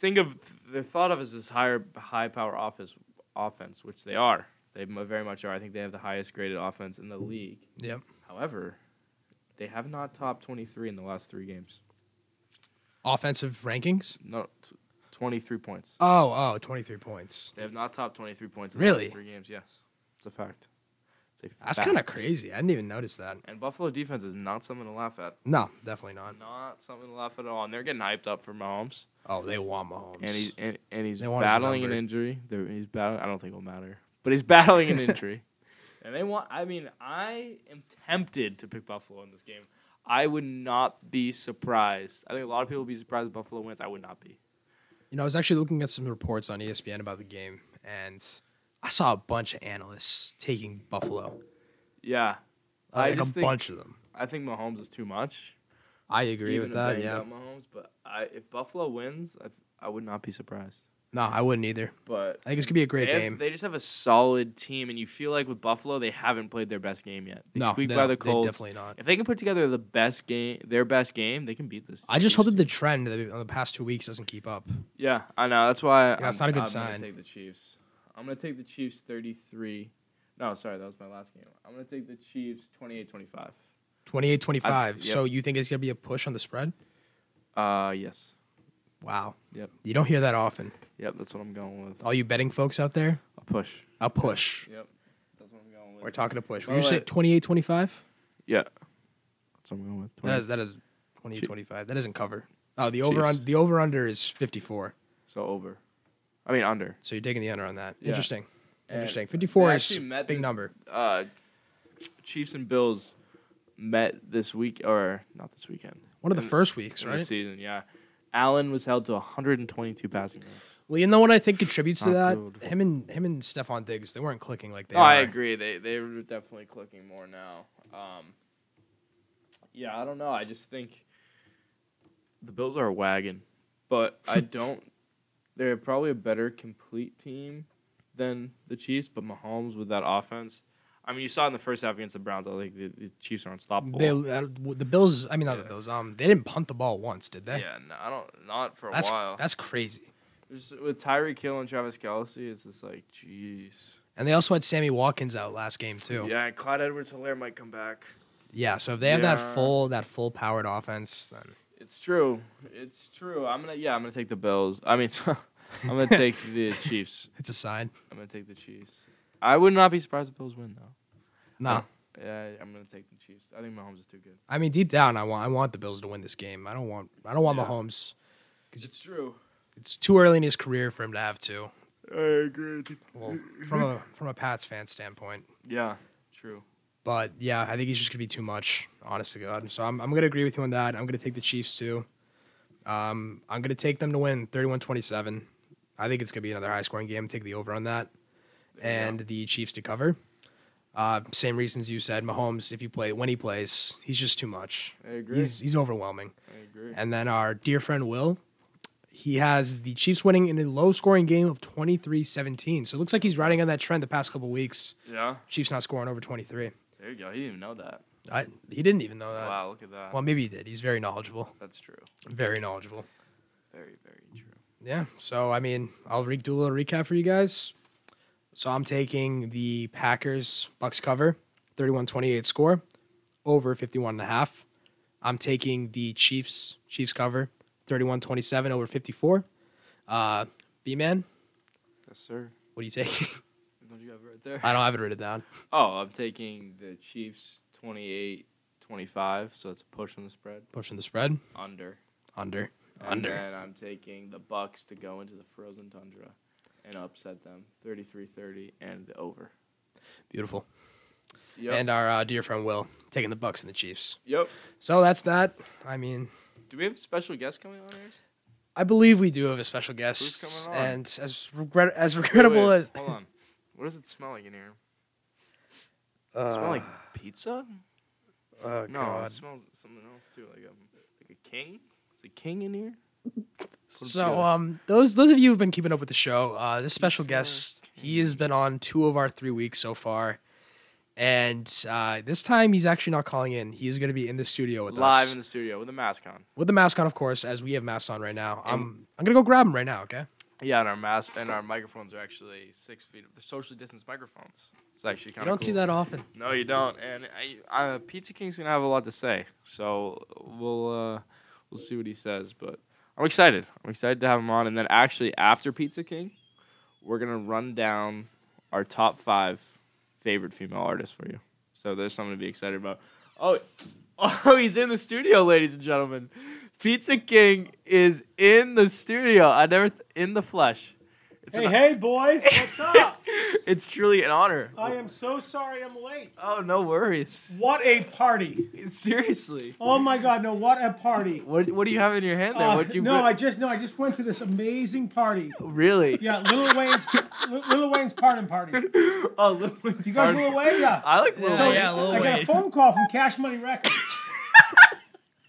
S2: think of they're thought of as this higher high power office offense, which they are. They mo- very much are. I think they have the highest graded offense in the league.
S1: yep.
S2: However, they have not topped twenty three in the last three games.
S1: Offensive rankings.
S2: No, t- twenty three points.
S1: Oh, oh, 23 points.
S2: They have not topped 23 points in the
S1: Really?
S2: last three games. Yes, it's a fact. It's a
S1: That's
S2: fact.
S1: kind of crazy. I didn't even notice that.
S2: And Buffalo defense is not something to laugh at.
S1: No, definitely not.
S2: Not something to laugh at at all. And they're getting hyped up for Mahomes.
S1: Oh, they want Mahomes.
S2: And he's and, and he's
S1: They want his
S2: battling an
S1: number.
S2: injury. They're, he's battling. I don't think it'll matter. But he's battling an injury. And they want. I mean, I am tempted to pick Buffalo in this game. I would not be surprised. I think a lot of people would be surprised if Buffalo wins. I would not be.
S1: You know, I was actually looking at some reports on E ESPN about the game, and I saw a bunch of analysts taking Buffalo.
S2: Yeah, I
S1: Like a
S2: just think-
S1: bunch of them.
S2: I think Mahomes is too much.
S1: I agree with
S2: if I
S1: that.
S2: ain't
S1: Yeah.
S2: got Mahomes, but I, if Buffalo wins, I, I would not be surprised.
S1: No, I wouldn't either.
S2: But
S1: I think it's gonna be a great
S2: they, have-
S1: game.
S2: they just have a solid team, and you feel like with Buffalo, they haven't played their best game yet. They
S1: no,
S2: squeaked
S1: they-
S2: by the
S1: they
S2: Colts.
S1: definitely not.
S2: If they can put together the best game, their best game, they can beat this.
S1: I just hope that
S2: Chiefs
S1: the trend that on the past two weeks doesn't keep up.
S2: team. Yeah, I know. That's why. I'm,
S1: it's not a good
S2: I'm
S1: sign.
S2: gonna take the Chiefs. I'm gonna take the Chiefs 33. No, sorry, that was my last game. I'm gonna take the Chiefs 28-25.
S1: 28 25.
S2: yep.
S1: So you think it's going to be a push on the spread?
S2: Uh, yes.
S1: Wow.
S2: Yep.
S1: You don't hear that often.
S2: Yep, that's what I'm going with.
S1: All you betting folks out there,
S2: A push.
S1: a push.
S2: Yep. That's what I'm going with.
S1: We're talking a push.
S2: By
S1: Would you
S2: the
S1: say
S2: way-
S1: 28 25?
S2: yeah. That's what I'm going with.
S1: That
S2: 20.
S1: is, that is 28
S2: Chief.
S1: 25. That doesn't cover. Oh, the over,
S2: Chiefs.
S1: on, the over under is 54.
S2: So over. I mean under.
S1: So you're taking the under on that.
S2: Yeah.
S1: Interesting.
S2: And
S1: Interesting. 54
S2: they
S1: is
S2: actually met
S1: big
S2: the-
S1: number.
S2: Uh, Chiefs and Bills met this week or not this weekend.
S1: One of the
S2: in-
S1: first weeks,
S2: in
S1: right?
S2: the season, yeah. Allen was held to 122 passing yards.
S1: Well, you know what I think contributes to that?
S2: Not good.
S1: Him and him and Stephon Diggs, they weren't clicking like they
S2: No,
S1: are.
S2: Oh, I agree. They they were definitely clicking more now. Um, yeah, I don't know. I just think the Bills are a wagon, but I don't. They're probably a better complete team than the Chiefs. But Mahomes with that offense, I mean, you saw in the first half against the Browns. I think the, the Chiefs are unstoppable.
S1: They uh, the Bills, I mean not the Bills. Um they didn't punt the ball once, did they?
S2: yeah, no, I don't. Not for a
S1: that's
S2: while.
S1: that's crazy.
S2: Just with Tyree Kill and Travis Kelsey, it's just like, jeez.
S1: And they also had Sammy Watkins out last game too. Yeah.
S2: Yeah, and Clyde Edwards Hilaire might come back.
S1: so if they have that
S2: Yeah.
S1: full that full powered offense, then
S2: It's true. It's true. I'm gonna yeah, I'm gonna take the Bills. I mean I'm gonna take the Chiefs.
S1: it's a sign.
S2: I'm gonna take the Chiefs. I would not be surprised if Bills win though.
S1: No.
S2: Yeah, I'm gonna take the Chiefs. I think Mahomes is too good.
S1: I mean deep down I want I want the Bills to win this game. I don't want I don't want
S2: Yeah.
S1: Mahomes.
S2: It's true.
S1: It's too early in his career for him to have two.
S2: I agree.
S1: Well, from a from a Pats fan standpoint.
S2: Yeah, true.
S1: But yeah, I think he's just gonna be too much, honest to God. So I'm, I'm gonna agree with you on that. I'm gonna take the Chiefs too. Um, I'm gonna take them to win 31-27. I think it's gonna be another high scoring game. Take the over on that, and the Chiefs to cover. Uh, same reasons you said. Mahomes, if you play when he plays, he's just too much.
S2: I agree.
S1: He's he's overwhelming.
S2: I agree.
S1: And then our dear friend Will, he has the Chiefs winning in a low scoring game of 23-17. So it looks like he's riding on that trend the past couple weeks.
S2: Yeah.
S1: Chiefs not scoring over 23.
S2: There you go. He didn't even know that.
S1: I, he didn't even know that.
S2: wow, look at that.
S1: Well, maybe he did. He's very knowledgeable.
S2: That's true.
S1: Very knowledgeable.
S2: Very, very true.
S1: Yeah. So, I mean, I'll re- do a little recap for you guys. So, I'm taking the Packers Bucks cover, 31 28 score, over 51 and a half. I'm taking the Chiefs Chiefs cover, 31 27 over 54. Uh, B man,
S2: Yes, sir.
S1: what are you taking?
S2: Don't you have it right there?
S1: I don't have it written down.
S2: Oh, I'm taking the Chiefs 28 25, so it's a push on the spread.
S1: Pushing the spread.
S2: Under.
S1: Under.
S2: And then I'm taking the Bucks to go into the frozen tundra and upset them 33-30 and the over.
S1: Beautiful.
S2: Yep.
S1: And our uh, dear friend Will taking the Bucks and the Chiefs.
S2: yep.
S1: So that's that. I mean,
S2: Do we have a special guest coming on here?
S1: I believe we do have a special guest.
S2: Who's coming on?
S1: And as regret as regrettable
S2: Wait,
S1: as
S2: Hold on. What does it smell like in here? Does it
S1: uh,
S2: smell like pizza?
S1: oh,
S2: no,
S1: God.
S2: it smells something else too, like a like a king. Is a king in here? Put it
S1: So
S2: together.
S1: um those those of you who've been keeping up with the show, uh this special
S2: Pizza
S1: guest, he has been on two of our three weeks so far. And uh, this time he's actually not calling in. He's going to be in the studio with
S2: live
S1: us.
S2: in the studio with a mask on.
S1: with the mask on, of course, as we have masks on right now. I'm, I'm going to go grab him right now, okay?
S2: Yeah, and our mask and our microphones are actually six feet. They're socially distanced microphones. It's actually
S1: You
S2: kind of.
S1: don't see that often.
S2: No, you don't. And I, uh, Pizza King's gonna have a lot to say, so we'll uh, we'll see what he says. But I'm excited. I'm excited to have him on. And then actually, after Pizza King, we're gonna run down our top five favorite female artists for you. So there's something to be excited about. Oh, oh, he's in the studio, ladies and gentlemen. Pizza King is in the studio. I never th- in the flesh. It's
S3: Hey,
S2: an-
S3: hey, boys, what's up?
S2: it's truly an honor.
S3: I am so sorry I'm late.
S2: Oh, no worries.
S3: What a party!
S2: Seriously.
S3: Oh my God, no, what a party!
S2: What What do you have in your hand there?
S3: Uh,
S2: what you
S3: no, I just no, I just went to this amazing party.
S2: really?
S3: Yeah, Lil Wayne's Lil- Lil Wayne's pardon party. Do
S2: Oh, Lil Wayne.
S3: you guys Lil Wayne? Yeah.
S2: I like Lil
S1: Yeah,
S2: Wayne.
S1: yeah, Lil
S3: I got
S1: Wayne.
S3: a phone call from Cash Money Records.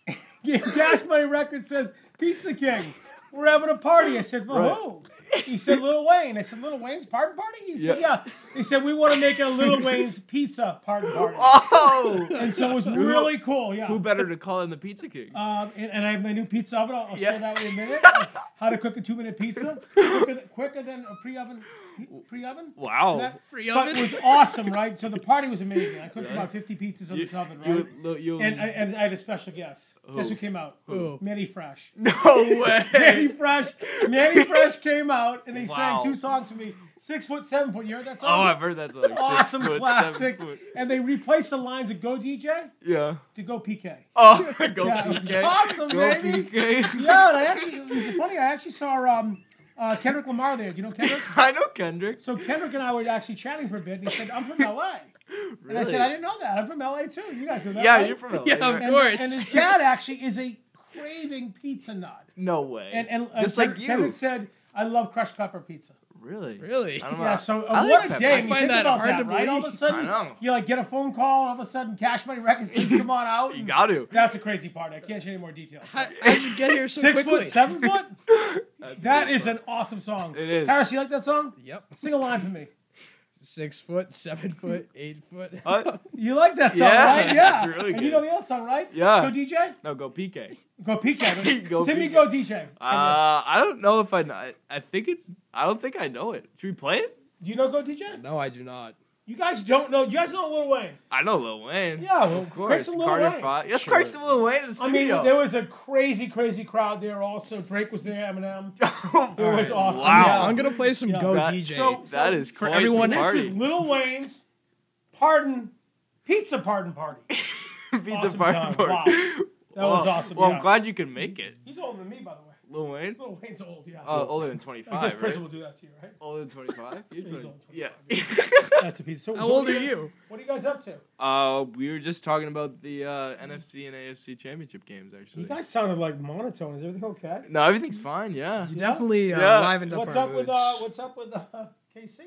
S3: Yeah, Cash Money Records says Pizza King, we're having a party. I said, for
S2: Right.
S3: who? He said Little Wayne. I said Little Wayne's pardon party. He said yeah. He said we want to make it a Little Wayne's pizza pardon party.
S2: Oh,
S3: And so it was really cool. Yeah.
S2: who better to call in the Pizza King?
S3: Um, and, and I have my new pizza oven. I'll, I'll
S2: Yeah.
S3: show that in a minute. Uh, How to cook a two-minute pizza quicker, than- quicker than a pre-oven, pre-oven.
S2: wow.
S3: That- But it was awesome, right? So the party was amazing. I cooked about 50 pizzas on
S2: You,
S3: this oven,
S2: you,
S3: right?
S2: you, you,
S3: And I, and I had a special guest. Guess who came out?
S1: Who?
S3: Manny Fresh.
S2: no way.
S3: Manny Fresh. Manny Fresh came out and they
S2: Wow.
S3: sang two songs to me. Six foot, seven foot. You heard that
S2: Oh,
S3: song?
S2: I've heard that song. Six
S3: awesome
S2: foot, seven
S3: classic.
S2: foot.
S3: And they replaced the lines of Go DJ
S2: Yeah.
S3: to Go PK.
S2: Oh, go
S3: Yeah, it was
S2: PK.
S3: awesome,
S2: go
S3: baby.
S2: PK.
S3: Yeah, and I actually it was funny. I actually saw um, uh, Kendrick Lamar there. Do you know Kendrick?
S2: I know Kendrick.
S3: So Kendrick and I were actually chatting for a bit, and he said, "I'm from LA," and I
S2: Really?
S3: said, "I didn't know that. I'm from LA too. You guys know that?
S2: Yeah,
S3: right?"
S2: you're from LA.
S1: Yeah,
S2: right?
S1: Of
S3: And,
S1: course.
S3: and his dad actually is a craving pizza nut.
S2: No way.
S3: And and uh,
S2: just
S3: Kendrick,
S2: like you.
S3: Kendrick said, "I love crushed pepper pizza.
S2: really.
S1: Really?
S2: I don't know.
S3: Yeah, so uh,
S2: I like
S3: what a
S2: pepper.
S3: day.
S2: I
S3: I mean,
S1: find
S3: think
S1: that
S3: about
S1: hard
S3: that,
S1: to
S3: right? All of a
S1: believe.
S3: sudden,
S2: I know.
S3: you like get a phone call, and all of a sudden, Cash Money Records says, "Come on out."
S2: You got to.
S3: That's the crazy part. I can't share any more details.
S1: How did you get here so
S3: Six
S1: quickly?
S3: foot, seven foot.
S2: That's
S3: That
S2: good.
S3: is an awesome song.
S2: It is.
S3: Harris, you like that song?
S1: Yep.
S3: Sing a line for me.
S1: Six foot, seven foot, eight foot.
S2: What?
S3: You like that song,
S2: Yeah,
S3: right? Yeah.
S2: it's really
S3: and
S2: good.
S3: you know the other song, right?
S2: Yeah.
S3: Go DJ.
S2: No, go PK.
S3: Go PK.
S2: Go
S3: Send me
S2: PK.
S3: go DJ.
S2: Uh, I don't know if I. kn- I- I think it's. I don't think I know it. Should we play it?
S3: Do you know go DJ?
S1: No, I do not.
S3: You guys don't know. You guys know Lil Wayne.
S2: I know Lil Wayne.
S3: Yeah, well,
S2: of course.
S3: Craig's a Lil
S2: Carter
S3: Wayne.
S2: Five. Yes,
S1: Sure.
S2: Craig's a Lil Wayne in the
S3: I mean,
S2: studio.
S3: there was a crazy, crazy crowd there. Also, Drake was there. Eminem.
S2: Oh
S3: It was awesome.
S2: Wow.
S3: Yeah.
S1: I'm gonna play some
S3: Yeah.
S1: Go
S2: That-
S1: DJ.
S3: So-
S2: that is
S1: For
S2: quite the
S1: everyone next
S3: Next
S2: party.
S3: is Lil Wayne's Pardon Pizza Pardon Party.
S2: Pizza
S3: awesome
S2: party
S3: time.
S2: party.
S3: Wow. That
S2: Wow.
S3: was awesome.
S2: Well,
S3: yeah.
S2: I'm glad you can make it,
S3: He's older than me, by the way.
S2: Lil Wayne.
S3: Lil Wayne's old. Yeah.
S2: Uh, older than
S3: I guess
S2: 25, right?
S3: prison will do that to you, right?
S2: Older than 25? You're
S3: He's
S2: 20.
S3: old.
S2: Yeah.
S3: That's a pizza. So,
S1: How
S3: so
S1: old
S3: what
S1: are you?
S3: What are you guys up to?
S2: uh, we were just talking about the uh, NFC and AFC championship games, actually.
S3: You guys sounded like monotone. Is everything okay?
S2: no, everything's fine. Yeah.
S1: You definitely uh,
S2: Yeah.
S1: livened up
S3: What's
S1: our
S3: up
S1: moods.
S3: with uh, what's up with uh, KC?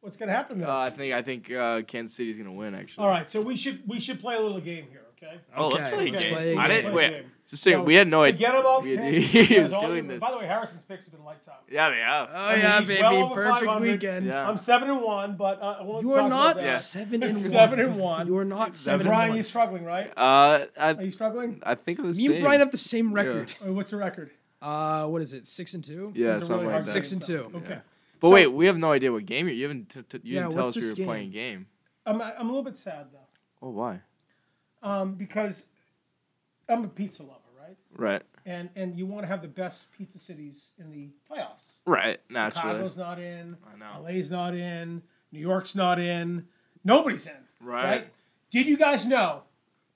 S3: What's gonna happen there?
S2: Uh, I think I think uh, Kansas City's gonna win. Actually.
S3: All right, so we should we should play a little game here, okay?
S2: Oh, let's
S1: Okay,
S2: play a
S1: let's
S2: game.
S1: play a
S2: I
S1: game.
S2: didn't
S3: Play
S2: wait.
S3: a game.
S2: Just saying, we had no idea.
S3: Forget about
S2: we-
S3: Kansas.
S2: he
S3: You guys
S2: was
S3: all-
S2: doing this.
S3: By the way, Harrison's picks have been lights out.
S2: Yeah, they have.
S1: Oh yeah,
S3: he's
S1: baby,
S3: well over
S1: perfect
S3: 500.
S1: weekend.
S2: Yeah.
S3: I'm seven and one, but uh, I won't
S1: You are
S3: talk
S1: not
S3: about that.
S2: Yeah.
S1: seven and
S3: Seven
S1: one.
S3: and one.
S1: You are not seven and
S3: Brian,
S1: one.
S3: you're struggling, right?
S2: Uh,
S3: Are
S2: I,
S3: you struggling?
S2: I think it was.
S1: Me and Brian have the same record.
S3: Or what's the record?
S1: Uh, what is it? Six and two.
S2: Yeah,
S3: It's a
S2: something
S3: really
S2: like
S3: hard
S2: that.
S1: Six
S3: game,
S1: and
S3: so-
S1: two.
S3: Okay.
S2: But
S3: So-
S2: wait, we have no idea what game you're. You haven't. T- t- you
S1: Yeah,
S2: didn't tell
S1: what's
S2: us you
S1: this
S2: were
S1: game?
S2: playing game.
S3: I'm I'm a little bit sad though,
S2: Oh, why?
S3: um, because I'm a pizza lover, right?
S2: Right.
S3: And and you want to have the best pizza cities in the playoffs.
S2: Right. Naturally.
S3: Chicago's not in.
S2: I know.
S3: LA's not in. New York's not in. Nobody's in.
S2: Right.
S3: Did you guys know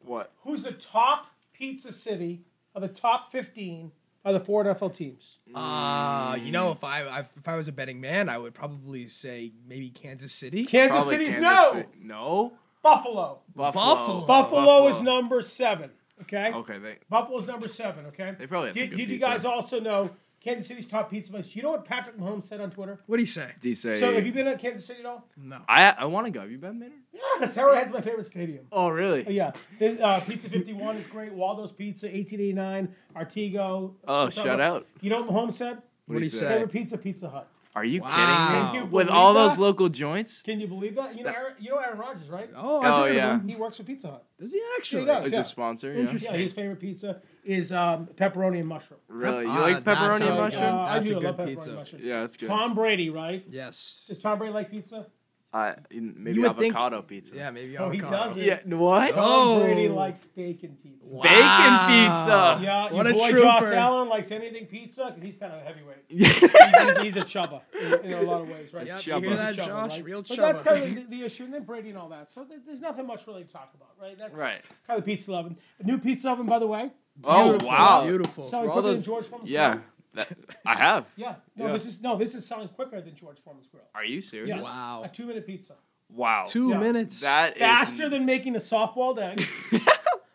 S2: What?
S3: who's the top pizza city of the top 15 of the four NFL teams?
S1: Uh, you know, if I I- if I was a betting man, I would probably say maybe Kansas City.
S3: Kansas
S2: Probably
S3: City's
S2: Kansas
S3: no.
S2: City. Oh, No.
S3: Buffalo.
S2: Buffalo.
S1: Buffalo.
S3: Buffalo. is number seven. Okay.
S2: Okay. They,
S3: Buffalo's number seven. Okay.
S2: They probably have
S3: did.
S2: good
S3: did you
S2: pizza.
S3: guys also know Kansas City's top pizza place? You know what Patrick Mahomes said on Twitter?
S1: What do you say?
S2: they say.
S3: So have you been at Kansas City at all?
S1: No.
S2: I I want to go. Have you been there?
S3: Yes, Arrowhead's my favorite stadium.
S2: Oh
S3: Oh,
S2: really?
S3: yeah, This, uh, Pizza 51 is great. Waldo's Pizza, 1889, Artigo.
S2: Oh,
S3: What's up?
S2: shout out.
S3: You know what Mahomes said?
S1: What do you
S2: What do you
S1: say?
S3: Favorite pizza, Pizza Hut.
S2: Are you
S1: Wow.
S2: kidding
S3: Can
S2: me?
S3: you
S2: With
S3: believe
S2: all
S3: that?
S2: those local joints?
S3: Can you believe that? You know, Aaron, you know Aaron Rodgers, right?
S1: Oh,
S2: Oh,
S1: I've heard
S2: yeah.
S1: of him.
S3: He works for Pizza Hut.
S1: Does he actually?
S3: Yeah, he does.
S2: Is it sponsor? Yeah.
S1: Interesting.
S3: Yeah, his favorite pizza is um, pepperoni and mushroom.
S2: Really? You
S1: Ah,
S2: like
S1: that
S2: pepperoni and
S1: sounds
S2: mushroom?
S1: good.
S3: Uh, I
S1: That's
S3: do
S1: a
S3: love
S1: good
S3: pepperoni
S1: pizza.
S3: and mushroom.
S2: Yeah, that's good.
S3: Tom Brady, right?
S1: Yes.
S3: Does Tom Brady like pizza?
S2: I maybe
S1: You would think-
S2: avocado pizza.
S1: Yeah, maybe.
S3: Oh, he
S1: avocado.
S3: does it.
S2: Yeah. What?
S3: Tom
S1: Oh.
S3: Brady likes bacon pizza.
S1: Wow.
S2: Bacon pizza.
S3: Yeah,
S1: What a
S3: your boy Josh
S1: trooper.
S3: Allen likes anything pizza because he's kind of a heavyweight. he's, he's a chubba in, in a lot of ways, right?
S1: Yep,
S2: Chubba.
S1: you hear that,
S3: He's a chubba,
S1: Josh?
S3: right?
S1: Real
S3: But that's
S1: chubba.
S3: kind of the, the issue, and then Brady and all that. So there- there's nothing much really to talk about, right? That's
S2: Right.
S3: kind of the pizza oven. A new pizza oven, by the way.
S2: Oh
S1: Beautiful,
S2: wow.
S1: Beautiful.
S3: So
S2: all
S3: quicker than
S2: those-
S3: George Foreman's
S2: Yeah.
S3: grill.
S2: That, I have.
S3: Yeah. No,
S2: Yeah.
S3: this is no, this is selling quicker than George Foreman's grill.
S2: Are you serious?
S3: Yes.
S1: Wow.
S3: A two minute pizza.
S2: Wow.
S1: Two
S3: Yeah.
S1: minutes.
S2: That is-
S3: Faster than making a soft boiled egg.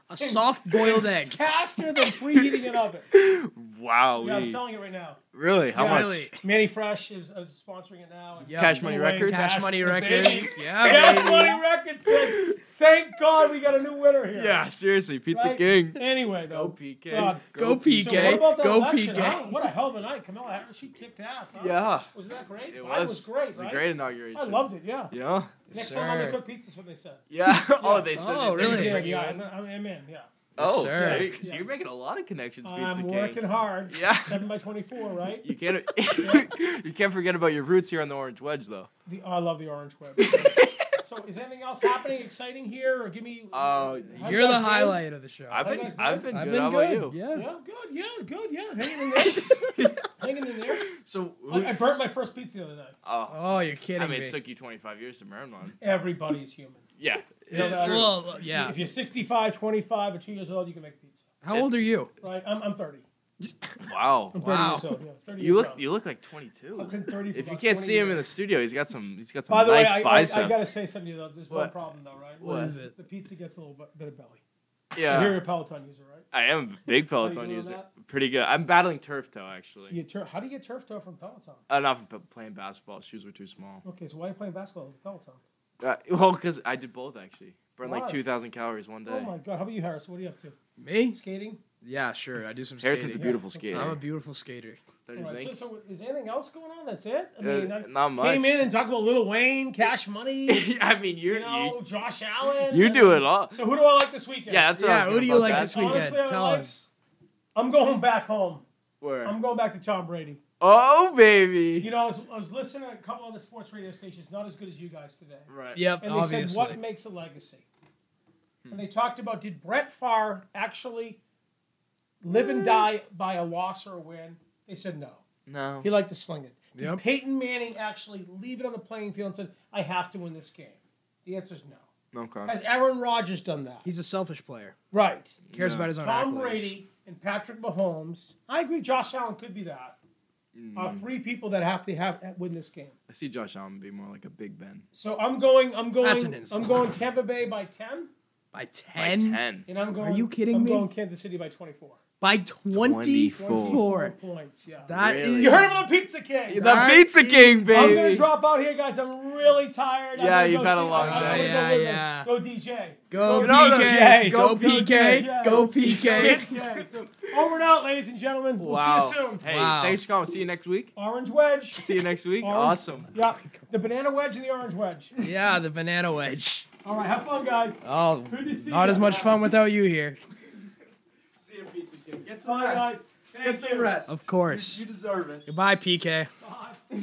S1: a soft boiled egg.
S3: faster than preheating an oven.
S2: wow.
S3: Yeah, I'm selling it right now.
S2: Really? How
S3: Yeah.
S2: much?
S1: Really?
S3: Manny Fresh is, is sponsoring it now. And
S1: Yeah.
S2: Cash Money
S3: Lil Wayne,
S2: Records?
S1: Cash Money
S3: the
S1: Records.
S3: baby.
S1: Yeah,
S3: Cash
S1: baby.
S3: Money Records says, thank God we got a new winner here.
S2: Yeah, seriously, Pizza
S3: Right?
S2: King.
S3: Anyway,
S2: Go
S3: though.
S2: PK.
S3: God.
S1: Go
S3: So
S1: PK.
S3: what about that
S1: Go
S3: election,
S1: PK.
S3: huh? What a hell of a night. Kamala Harris, she kicked ass. Huh?
S2: Yeah,
S3: Was that great?
S2: it
S3: Mine
S2: was.
S3: great,
S2: It was
S3: right?
S2: a great inauguration.
S3: I loved it, yeah.
S2: You know?
S3: Next time I'm
S1: Sir.
S3: going to cook pizzas for they said.
S2: Yeah. oh, they said.
S1: Oh,
S2: they didn't
S1: really?
S3: Yeah,
S2: bring you
S3: yeah,
S2: in.
S3: I'm, I'm, I'm in, yeah.
S2: Oh,
S1: sir.
S2: okay, 'cause
S3: Yeah.
S2: you're making a lot of connections, Pizza
S3: I'm
S2: King.
S3: working hard.
S2: Yeah.
S3: 7 by 24 right?
S2: You can't. you can't forget about your roots here on the Orange Wedge, though.
S3: The, I love the orange web. so, is anything else happening exciting here? Or give me.
S2: Uh,
S3: how you
S1: You're the
S3: guys doing?
S1: highlight of the show.
S2: I've
S3: How
S2: been.
S3: guys
S2: I've been
S3: doing?
S2: good.
S1: I've been
S2: How
S1: good.
S2: about you?
S1: Yeah.
S3: Yeah, good, yeah, good, yeah. Hanging in there. Hanging in there.
S2: So.
S3: I, I
S2: Who,
S3: burnt my first pizza the other night.
S2: oh,
S1: Oh, you're kidding
S2: I mean,
S1: me.
S2: it took you 25 years to burn one.
S3: Everybody is human.
S2: Yeah.
S3: It's
S1: Well,
S3: true.
S1: well, yeah.
S3: If you're 65, 25, or two years old, you can make pizza.
S1: How old are you?
S3: Right? I'm, I'm 30.
S2: Wow.
S3: I'm 30
S1: Wow.
S3: years old. Yeah, 30
S2: You
S3: years
S2: look.
S3: old.
S2: You look like
S3: I've
S2: 22.
S3: been 30 for
S2: If you can't
S3: about 20
S2: see him in
S3: years.
S2: the studio, he's got some. He's got some
S3: By the
S2: nice
S3: way, I,
S2: biceps.
S3: I, I gotta say something to you though. There's one
S2: What?
S3: problem though, right?
S2: What?
S1: is it?
S3: The pizza gets a little bit- bit of belly.
S2: yeah.
S3: You're a Peloton user, right?
S2: I am a big
S3: you
S2: Peloton
S3: doing
S2: user.
S3: that?
S2: Pretty good. I'm battling turf toe actually.
S3: You tur- how do you get turf toe from Peloton?
S2: Uh, not from p- playing basketball. Shoes were too small.
S3: Okay, so why are you playing basketball with Peloton?
S2: Uh, well, because I did both actually. Burned
S3: Wow.
S2: like 2,000 calories one day.
S3: Oh my god, how about you, Harris? What are you up to?
S1: Me?
S3: Skating?
S1: Yeah, sure. I do some
S2: Harrison's a
S1: skating.
S2: beautiful
S3: Yeah.
S2: skater.
S1: I'm a beautiful skater.
S2: Don't you
S3: All right, so,
S2: think?
S3: so is anything else going on? That's it? Oh, I
S2: Uh,
S3: mean, I
S2: not much.
S3: came in and talked about Lil Wayne, Cash Money,
S2: I mean, you're,
S3: you know, Josh Allen.
S2: you, you
S3: and-
S2: do it all.
S3: So who do I like this weekend?
S2: Yeah, that's what I
S1: yeah,
S2: was
S1: who
S2: gonna
S1: do you
S2: about
S1: like
S2: that.
S1: this weekend?
S3: Honestly, I
S1: Tell
S3: like-
S1: us.
S3: I'm going back home.
S2: Where?
S3: I'm going back to Tom Brady.
S2: Oh baby.
S3: You know, I was, I was listening to a couple other sports radio stations, not as good as you guys today.
S2: right.
S1: Yep,
S3: and they
S1: obviously.
S3: said what makes a legacy and they talked about did brett Favre actually live
S1: Eh.
S3: and die by a loss or a win they said no
S2: No.
S3: he liked to sling it did
S1: Yep.
S3: peyton manning actually leave it on the playing field and said i have to win this game the answer is no
S2: Okay.
S3: has aaron rodgers done that
S1: He's a selfish player.
S3: right
S1: Cares
S2: No.
S1: about his own
S3: tom
S1: accolades.
S3: brady and patrick mahomes i agree josh allen could be that
S1: Hmm.
S3: are three people that have to have win this game
S2: Mm. I see Josh Allen be more like a Big Ben.
S3: so i'm going i'm
S1: That's an
S3: going i'm
S1: insult.
S3: going tampa bay by 10
S1: By
S2: Like
S1: 10?
S2: ten.
S3: And I'm going.
S1: you kidding
S3: I'm
S1: me?
S3: going Kansas City by 24.
S1: By 24.
S3: 24 points. Yeah.
S1: That
S2: Really?
S1: is-
S3: you heard of the Pizza King.
S2: The
S1: That
S2: Pizza
S1: is-
S2: King, baby.
S3: I'm gonna drop out here, guys. I'm really tired. I'm
S2: Yeah,
S3: gonna go
S2: you've had a
S3: see-
S2: long
S3: I'm
S1: day.
S3: gonna go
S1: Yeah,
S3: with it. Go DJ.
S1: Go
S2: You know that-
S1: PK.
S2: Go
S1: Go
S3: PK.
S1: PK. Go PK.
S3: Yeah, so over and out, ladies and gentlemen.
S2: Wow.
S3: We'll see you soon.
S2: Hey,
S1: Wow.
S2: thanks for calling. See you next week.
S3: Orange wedge.
S2: See you next week.
S3: Orange-
S2: Awesome.
S3: Yeah, the banana wedge and the orange wedge.
S1: Yeah, the banana wedge.
S3: All right, have fun, guys.
S1: Oh,
S3: Good to see
S1: not
S3: you.
S1: as much fun without you here.
S2: See you, Pizza King. Get
S3: Bye, guys. Thank you.
S1: Of course.
S2: deserve it.
S1: Goodbye, PK.
S3: Bye.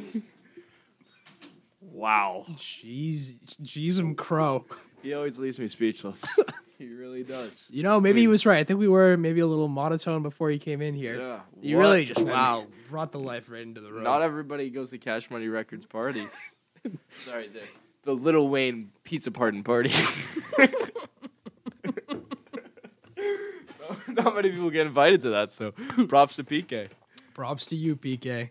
S2: Wow.
S1: Jeez, jeez, and crow.
S2: He always leaves me speechless. he really does.
S1: You know, maybe he was right. I think we were maybe a little monotone before he came in here.
S2: Yeah.
S1: You
S2: what?
S1: really just
S2: I mean,
S1: wow brought the life right into the room.
S2: Not everybody goes to Cash Money Records parties. Sorry, Dick. The Little Wayne Pizza Pardon Party. Not many people get invited to that, so props to PK.
S1: Props to you, PK. Thirty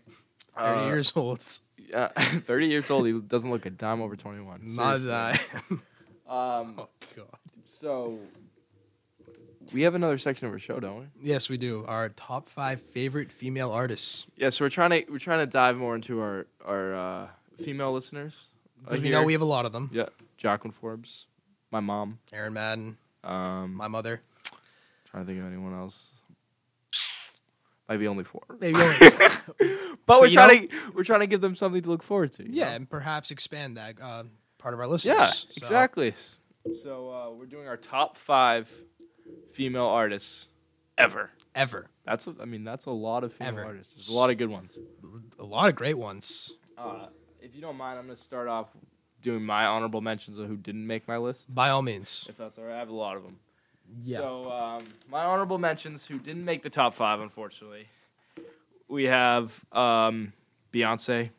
S2: Uh,
S1: years old.
S2: Uh, 30 years old, he doesn't look a dime over 21.
S1: Not
S2: Seriously.
S1: that.
S2: Um,
S1: oh God.
S2: so, we have another section of our show, don't we?
S1: Yes, we do. Our top five favorite female artists.
S2: Yeah, so we're trying to we're trying to dive more into our our uh, female listeners. Uh,
S1: Because we know
S2: here.
S1: we have a lot of them.
S2: yeah, Jacqueline Forbes, my mom.
S1: Aaron Madden,
S2: Um,
S1: my mother.
S2: trying to think of anyone else. Might be only four.
S1: Maybe only-
S2: But we're
S1: you
S2: trying to we're trying to give them something to look forward to. you
S1: yeah,
S2: know?
S1: and perhaps expand that uh, part of our
S2: Yeah,
S1: listeners. So,
S2: exactly. So uh, we're doing our top five female artists ever.
S1: Ever.
S2: That's a, I mean that's a lot of female
S1: Ever.
S2: artists. There's a lot of good ones.
S1: A lot of great ones.
S2: Uh, if you don't mind, I'm gonna start off doing my honorable mentions of who didn't make my list.
S1: By all means.
S2: If that's all right, I have a lot of them.
S1: Yeah.
S2: So um, my honorable mentions who didn't make the top five, unfortunately, we have um, Beyonce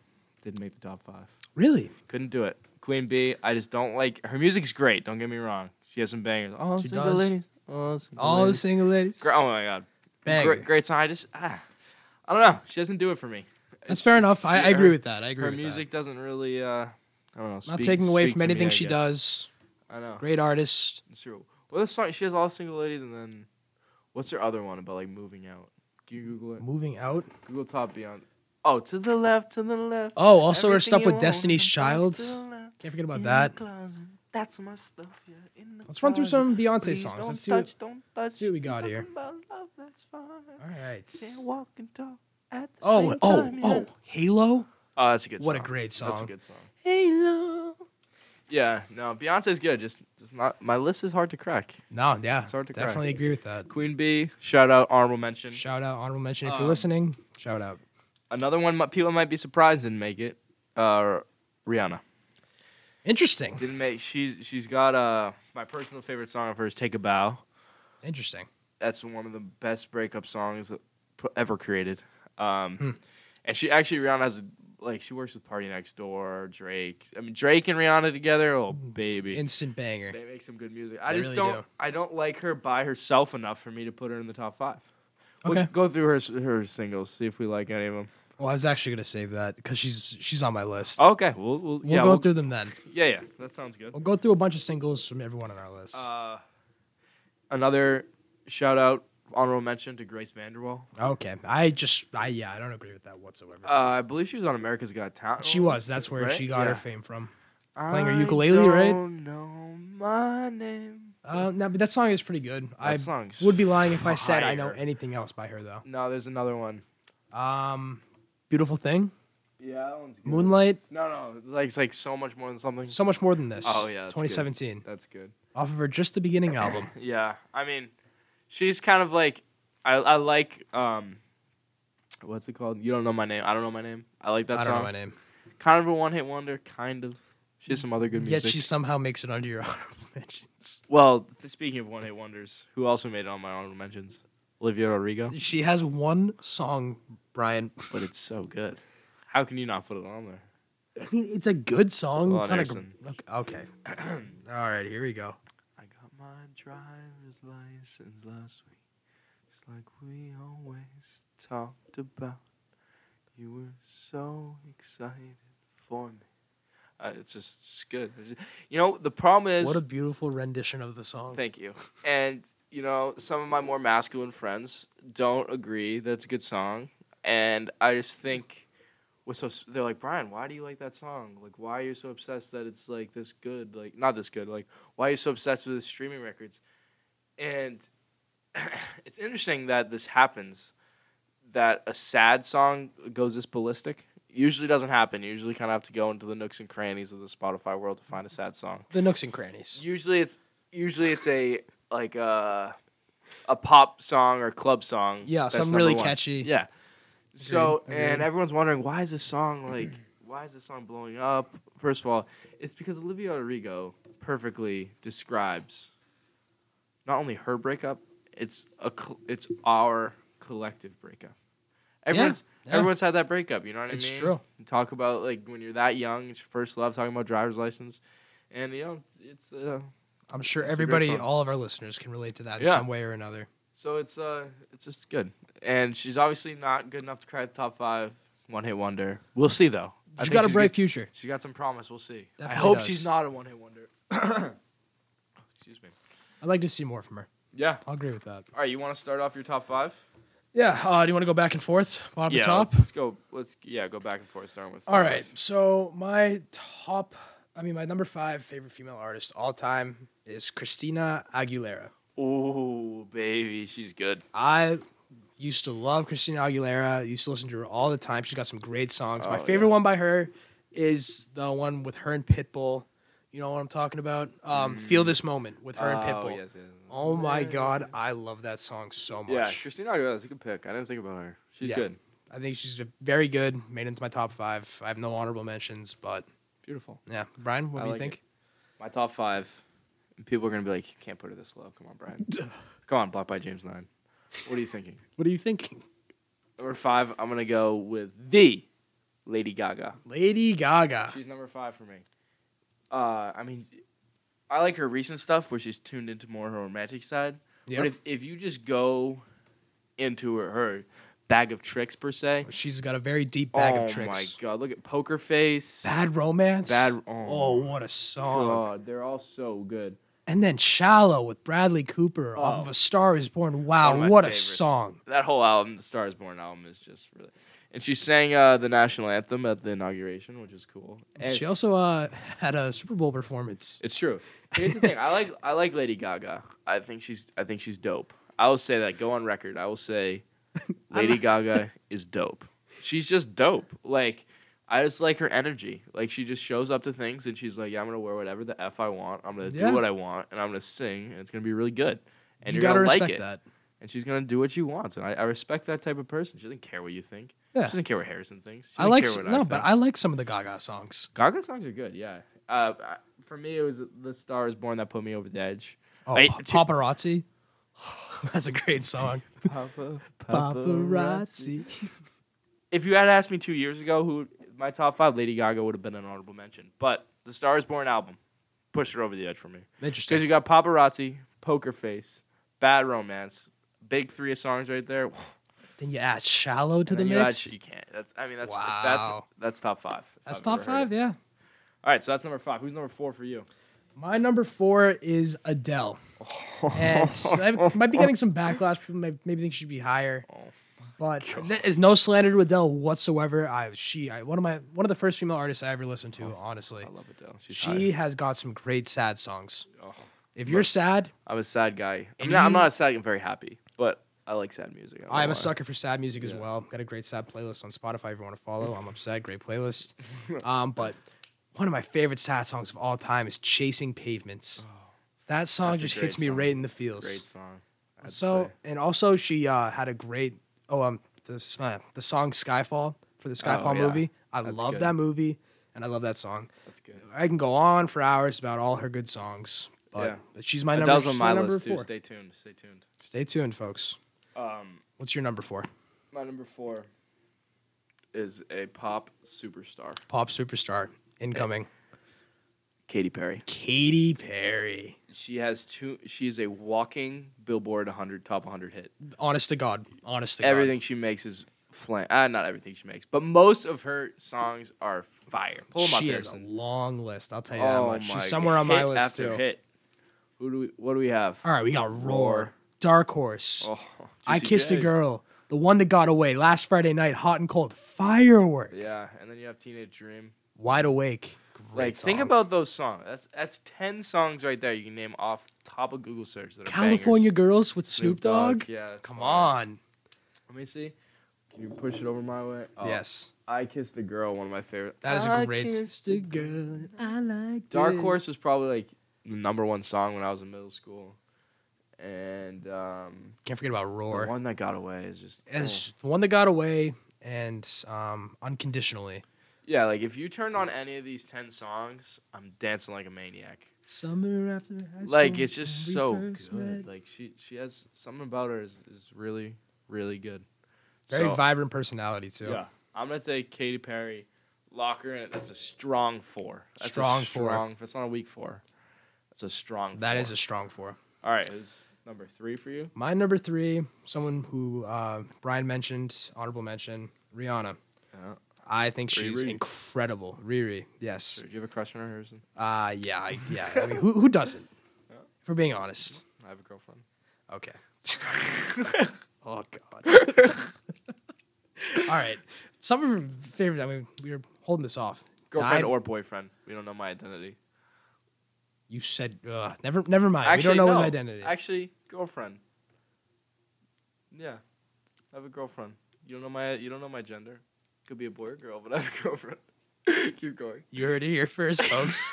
S2: didn't make the top five.
S1: really?
S2: Couldn't do it. Queen B, I just don't like her music's great. Don't get me wrong. She has some bangers. All
S1: She
S2: single
S1: does.
S2: ladies. All single
S1: All the
S2: ladies.
S1: single ladies.
S2: Gr- Oh my god.
S1: Banger.
S2: Great, great song. I just ah, I don't know. She doesn't do it for me.
S1: That's fair enough. I,
S2: She-
S1: I agree
S2: her-
S1: with that. I agree
S2: Her
S1: with that.
S2: music doesn't really. Uh, I don't know.
S1: Not
S2: speak-
S1: taking away
S2: speak
S1: from
S2: to me,
S1: anything
S2: I
S1: she
S2: guess.
S1: does.
S2: I know.
S1: Great artist.
S2: It's true. Well, this song she has all single ladies, and then what's her other one about like moving out? Can you Google it?
S1: Moving out.
S2: Google top Beyonce. Oh, to the left, to the left.
S1: Oh, also her
S2: Everything
S1: stuff
S2: you
S1: with
S2: want,
S1: Destiny's
S2: something's
S1: Child.
S2: to the left,
S1: Can't forget about
S2: in
S1: that.
S2: the closet. That's my stuff. Yeah, in the
S1: Let's run through
S2: closet.
S1: some Beyonce
S2: Please
S1: songs.
S2: don't
S1: Let's see. What,
S2: touch, don't touch.
S1: see what we got
S2: Talking
S1: here.
S2: about love, that's fine.
S1: all right.
S2: Can't walk and talk at the
S1: Oh,
S2: same
S1: oh,
S2: time, yeah.
S1: oh, Halo.
S2: Oh, that's a good
S1: What a
S2: song.
S1: great
S2: That's a
S1: song.
S2: good song.
S1: Halo.
S2: Yeah, no, Beyonce's good. Just, just not. My list is hard to crack.
S1: No, yeah,
S2: It's hard to crack.
S1: definitely agree with that.
S2: Queen Bee, shout out, honorable mention.
S1: Shout out, honorable mention. If you're
S2: Um,
S1: listening, shout out.
S2: Another one mi- people might be surprised didn't make it. Uh, Rihanna
S1: Interesting.
S2: didn't make. She's she's got uh my personal favorite song of hers, "Take a Bow."
S1: Interesting.
S2: That's one of the best breakup songs p- ever created. Um,
S1: Hmm.
S2: and she actually Rihanna has a, like she works with Party Next Door, Drake. I mean Drake and Rihanna together. Oh baby,
S1: Instant banger.
S2: They make some good music. I
S1: Hmm. They
S2: just
S1: really
S2: don't.
S1: do.
S2: I don't like her by herself enough for me to put her in the top five. We'll
S1: Okay.
S2: go through her s- her singles, see if we like any of them.
S1: Well, I was actually gonna save that because she's she's on my list.
S2: Okay, we'll, we'll,
S1: We'll
S2: Oh, yeah,
S1: go
S2: we'll-
S1: through them then.
S2: yeah, yeah, that sounds good.
S1: We'll go through a bunch of singles from everyone on our list.
S2: Uh, another shout out, honorable mention to Grace Vanderwall.
S1: okay. I just I yeah, I don't agree with that whatsoever.
S2: Uh, I believe she was on America's Got Talent.
S1: she was. That's where
S2: right?
S1: she got
S2: Yeah.
S1: her fame from. Playing her ukulele,
S2: I
S1: right?
S2: don't know my name.
S1: Uh, no, but that song is pretty good. I
S2: That song's
S1: would be lying if I said I know
S2: fire.
S1: anything else by her though.
S2: No, there's another one.
S1: Um, beautiful thing,
S2: Yeah, that one's good.
S1: Moonlight,
S2: No, no, it's like it's like so much more than something.
S1: so much more than this.
S2: Oh, yeah, that's good.
S1: 2017
S2: That's good.
S1: off of her just the beginning album.
S2: Yeah, I mean, she's kind of like I I like um, what's it called? You don't know my name. I don't know my name. I like that
S1: I don't know
S2: song.
S1: my name.
S2: Kind of a one hit wonder. Kind of. She has some other good music.
S1: Yet she somehow makes it under your honorable mentions.
S2: well. Speaking of one hit wonders, who also made it on my honorable mentions? Olivia Rodrigo.
S1: She has one song, Brian.
S2: But it's so good. How can you not put it on there?
S1: I mean, it's a good song.
S2: Well,
S1: it's not a
S2: Anderson.
S1: gr- okay. okay. All right, here we go.
S2: I got my driver's license last week. It's like we always talked about. You were so excited for me. Uh, it's just it's good. It's just- You know, the problem is.
S1: What a beautiful rendition of the song.
S2: thank you. And, you know, some of my more masculine friends don't agree that it's a good song. And I just think. What's so s- they're like Brian? Why do you like that song? Like, why are you so obsessed that it's like this good? Like, not this good. Like, why are you so obsessed with the streaming records? And it's interesting that this happens, that a sad song goes this ballistic. Usually doesn't happen. You usually kind of have to go into the nooks and crannies of the Spotify world to find a sad song.
S1: The nooks and crannies.
S2: Usually it's usually it's a like a a pop song or club song.
S1: Yeah,
S2: that's
S1: something
S2: number
S1: really
S2: one.
S1: catchy.
S2: Yeah. So
S1: Agreed,
S2: and
S1: agreed.
S2: everyone's wondering why is this song like why is this song blowing up? First of all, it's because Olivia Rodrigo perfectly describes not only her breakup, it's a cl- it's our collective breakup. Everyone's
S1: yeah.
S2: everyone's had that breakup, you know what
S1: It's
S2: I mean?
S1: true.
S2: Talk about like when you're that young, it's your first love, talking about driver's license. And you know, it's uh,
S1: I'm sure
S2: It's a great
S1: everybody,
S2: song.
S1: all of our listeners, can relate to that in
S2: Yeah.
S1: some way or another.
S2: So it's uh it's just good. And she's obviously not good enough to crack the top five. One hit wonder. We'll see though. I
S1: She's
S2: think
S1: got a
S2: she's
S1: bright
S2: good-
S1: future.
S2: She's got some promise. We'll see. I
S1: Definitely
S2: hope
S1: does.
S2: she's not a one hit wonder. Excuse me.
S1: I'd like to see more from her.
S2: Yeah.
S1: I'll agree with that.
S2: All right. You want to start off your top five?
S1: Yeah. Uh, do you want to go back and forth, bottom
S2: yeah.
S1: to top?
S2: Let's go. Let's yeah go back and forth starting with.
S1: All right. So my top, I mean my number five favorite female artist all time is Christina Aguilera.
S2: Ooh baby, she's good.
S1: I used to love Christina Aguilera. Used to listen to her all the time. She's got some great songs. My
S2: Oh,
S1: favorite one by her is the one with her and Pitbull. You know what I'm talking about? Um, Feel this moment with her and Pitbull.
S2: Mm. Oh, yes, yes, yes.
S1: Oh my God, I love that song so much.
S2: Yeah, Christina Aguilera's a good pick. I didn't think about her. She's
S1: Yeah.
S2: good.
S1: I think she's very good. Made into my top five. I have no honorable mentions, but
S2: Beautiful.
S1: yeah, Brian, what
S2: I
S1: do you
S2: like
S1: think?
S2: My top five. and People are gonna be like, you can't put her this low. Come on, Brian. Come on, blocked by James Nine. What are you thinking?
S1: What are you thinking?
S2: Number five, I'm gonna go with the Lady Gaga.
S1: Lady Gaga.
S2: She's number five for me. Uh, I mean, I like her recent stuff where she's tuned into more her romantic side.
S1: Yep.
S2: But if if you just go into her, her bag of tricks per se,
S1: She's got a very deep bag
S2: oh
S1: of tricks.
S2: my god, look at Poker Face.
S1: Bad romance.
S2: Bad. Oh,
S1: Oh, what a song.
S2: god, they're all so good.
S1: And then Shallow with Bradley Cooper off
S2: Oh.
S1: of A Star Is Born.
S2: One of
S1: Wow,
S2: my
S1: Ah, what a
S2: favorites.
S1: song.
S2: That whole album, the Stars Born album, is just really. And she sang uh, the national anthem at the inauguration, which is cool. And
S1: She also uh, had a Super Bowl performance.
S2: It's true. Here's the thing. I like I like Lady Gaga. I think she's I think she's dope. I will say that. Go on record. I will say Lady Gaga is dope. She's just dope. Like I just like her energy. Like she just shows up to things and she's like, yeah, I'm gonna wear whatever the f I want. I'm gonna
S1: Yeah.
S2: do what I want and I'm gonna sing and it's gonna be really good. And
S1: you
S2: are
S1: gotta
S2: gonna
S1: respect
S2: like it.
S1: that.
S2: And she's gonna do what she wants. And I, I respect that type of person. She doesn't care what you think.
S1: Yeah.
S2: She doesn't care what Harrison thinks. She
S1: I
S2: doesn't
S1: like
S2: care
S1: s-
S2: what
S1: no, but
S2: think.
S1: I like some of the Gaga songs.
S2: Gaga songs are good, yeah. Uh, I- for me, it was "The Star Is Born" that put me over the edge.
S1: Oh,
S2: I-
S1: Pa- paparazzi. That's a great song.
S2: Papa,
S1: Paparazzi.
S2: If you had asked me two years ago who my top five, Lady Gaga would have been an honorable mention. But the Star Is Born album pushed her over the edge for me because
S1: Interesting.
S2: you got paparazzi, Poker Face, Bad Romance, big three of songs right there.
S1: Then you add "Shallow" to
S2: And
S1: the
S2: then you
S1: mix.
S2: add, you can't. That's I mean that's
S1: Wow.
S2: that's that's top five. if
S1: That's
S2: I've
S1: top
S2: ever heard
S1: five.
S2: it.
S1: Yeah.
S2: All right, so that's number five. Who's number four for you?
S1: My number four is Adele, and I might be getting some backlash. People may, maybe think she'd be higher,
S2: Oh
S1: but there is no slander to Adele whatsoever. I she I, one of my one of the first female artists I ever listened to. Honestly,
S2: Oh, I love Adele. She's
S1: she
S2: she.
S1: has got some great sad songs.
S2: Oh.
S1: If you're sad,
S2: I'm a sad guy. I'm
S1: And
S2: not, I'm
S1: you-
S2: not a sad. I'm very happy, but I like sad music. don't
S1: I am
S2: lie.
S1: a sucker for sad music as
S2: Yeah.
S1: well. Got a great sad playlist on Spotify if you want to follow. I'm upset, great playlist. Um, but one of my favorite sad songs of all time is Chasing Pavements. That song
S2: Oh, That's a
S1: just
S2: great
S1: hits me
S2: song.
S1: right in the feels.
S2: Great song. I'd
S1: so
S2: say.
S1: and also she uh, had a great oh um the s- uh, the song Skyfall for the Skyfall
S2: Oh, yeah.
S1: movie. I
S2: That's
S1: love
S2: good.
S1: that movie and I love that song.
S2: that's good.
S1: I can go on for hours about all her good songs, but,
S2: Yeah.
S1: but she's my number,
S2: Adele's
S1: she's
S2: on
S1: my
S2: my
S1: number
S2: list too.
S1: four.
S2: Stay tuned. Stay tuned.
S1: Stay tuned, folks.
S2: Um,
S1: What's your number four?
S2: my number four is a pop superstar,
S1: Pop superstar incoming.
S2: Katy Perry.
S1: Katy Perry.
S2: She has two. She is a walking Billboard 100 top 100 hit.
S1: Honest to God. Honest to
S2: everything she makes is flame. Uh, not everything she makes, but most of her songs are fire. Pull
S1: God.
S2: them up,
S1: She has a
S2: Harrison.
S1: long list. I'll tell you that
S2: Oh
S1: much.
S2: my
S1: She's somewhere on my
S2: hit
S1: list
S2: after
S1: too.
S2: Hit. Who do we? What do we have?
S1: All right, we got Roar,
S2: Roar.
S1: Dark Horse,
S2: Oh,
S1: I
S2: Juicy
S1: Kissed a
S2: J.
S1: Girl, the one that got away last Friday night, Hot and Cold, Firework,
S2: Yeah, and then you have Teenage Dream.
S1: Wide Awake. Great
S2: Like, think
S1: song.
S2: about those songs. That's that's ten songs right there. You can name off top of Google search that are
S1: California
S2: bangers.
S1: Girls with Snoop, Dogg.
S2: Yeah. that's
S1: Come
S2: fire.
S1: on.
S2: Let me see. Can you push it over my way? Oh,
S1: Yes,
S2: I kissed the girl. One of my favorite.
S1: that is a
S2: I
S1: great.
S2: Kissed
S1: a girl. I like
S2: Dark Horse was probably like the number one song when I was in middle school, and um,
S1: Can't forget about
S2: the
S1: Roar.
S2: one that got away is just oh.
S1: As the one that got away and um, unconditionally.
S2: yeah. Like if you turned on any of these ten songs, I'm dancing like a maniac.
S1: Summer after high
S2: like
S1: school,
S2: it's just
S1: when we
S2: so
S1: first
S2: good.
S1: met.
S2: Like she she has something about her is, is really really good.
S1: Very
S2: So,
S1: vibrant personality too.
S2: Yeah, I'm gonna take Katy Perry, lock her in. it. That's a strong four. That's
S1: Strong
S2: a
S1: four.
S2: strong. That's not a weak four. That's a strong.
S1: That
S2: four.
S1: is a strong four.
S2: All right, is number three for you?
S1: My number three, someone who uh, Brian mentioned, honorable mention, Rihanna.
S2: Yeah.
S1: I think she's
S2: Riri.
S1: incredible. Riri, yes.
S2: Do you have a crush on her, Harrison?
S1: Uh, yeah, I- yeah. I mean, who, who doesn't? If we're being honest.
S2: I have a girlfriend.
S1: Okay. oh God. All right. Some of her favorite. I mean, we were holding this off.
S2: Girlfriend
S1: Died-
S2: or boyfriend? We don't know my identity.
S1: you said uh, never. Never mind.
S2: Actually,
S1: we don't know
S2: no.
S1: his identity.
S2: Actually, girlfriend. Yeah, I have a girlfriend. You don't know my you don't know my gender. Could be a boy or girl, but I have a girlfriend. Keep going.
S1: You heard it here first, folks.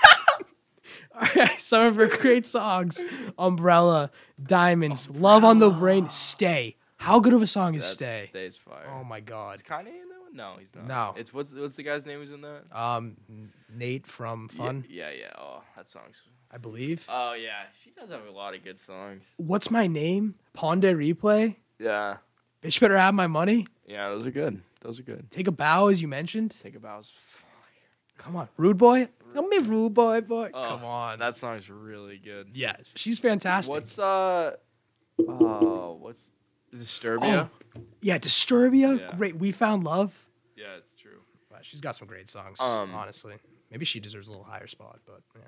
S1: All right, some of her great songs Umbrella, Diamonds, Love on the Brain, Stay. How good of a song is
S2: That
S1: Stay?
S2: Stays fire.
S1: Oh my God.
S2: Is Kanye in that one? No, he's not.
S1: No.
S2: It's what's what's the guy's name who's in that?
S1: Um, Nate from
S2: Yeah,
S1: Fun,
S2: Yeah, yeah. Oh, that song's.
S1: I believe.
S2: Oh yeah, she does have a lot of good songs.
S1: What's My Name? Ponde Replay.
S2: Yeah,
S1: Bitch Better Have My Money.
S2: yeah. Those are good. Those are good.
S1: Take a Bow, as you mentioned.
S2: Take a bow's fire.
S1: Come on. Rude Boy. Tell me Rude Boy, boy.
S2: Oh,
S1: Come on.
S2: That song's really good.
S1: yeah, she's fantastic.
S2: What's uh oh what's
S1: Oh,
S2: Disturbia?
S1: yeah, Disturbia.
S2: Yeah.
S1: Great. We Found Love.
S2: Yeah, it's true.
S1: Wow, she's got some great songs,
S2: Um,
S1: honestly. Maybe she deserves a little higher spot, but yeah.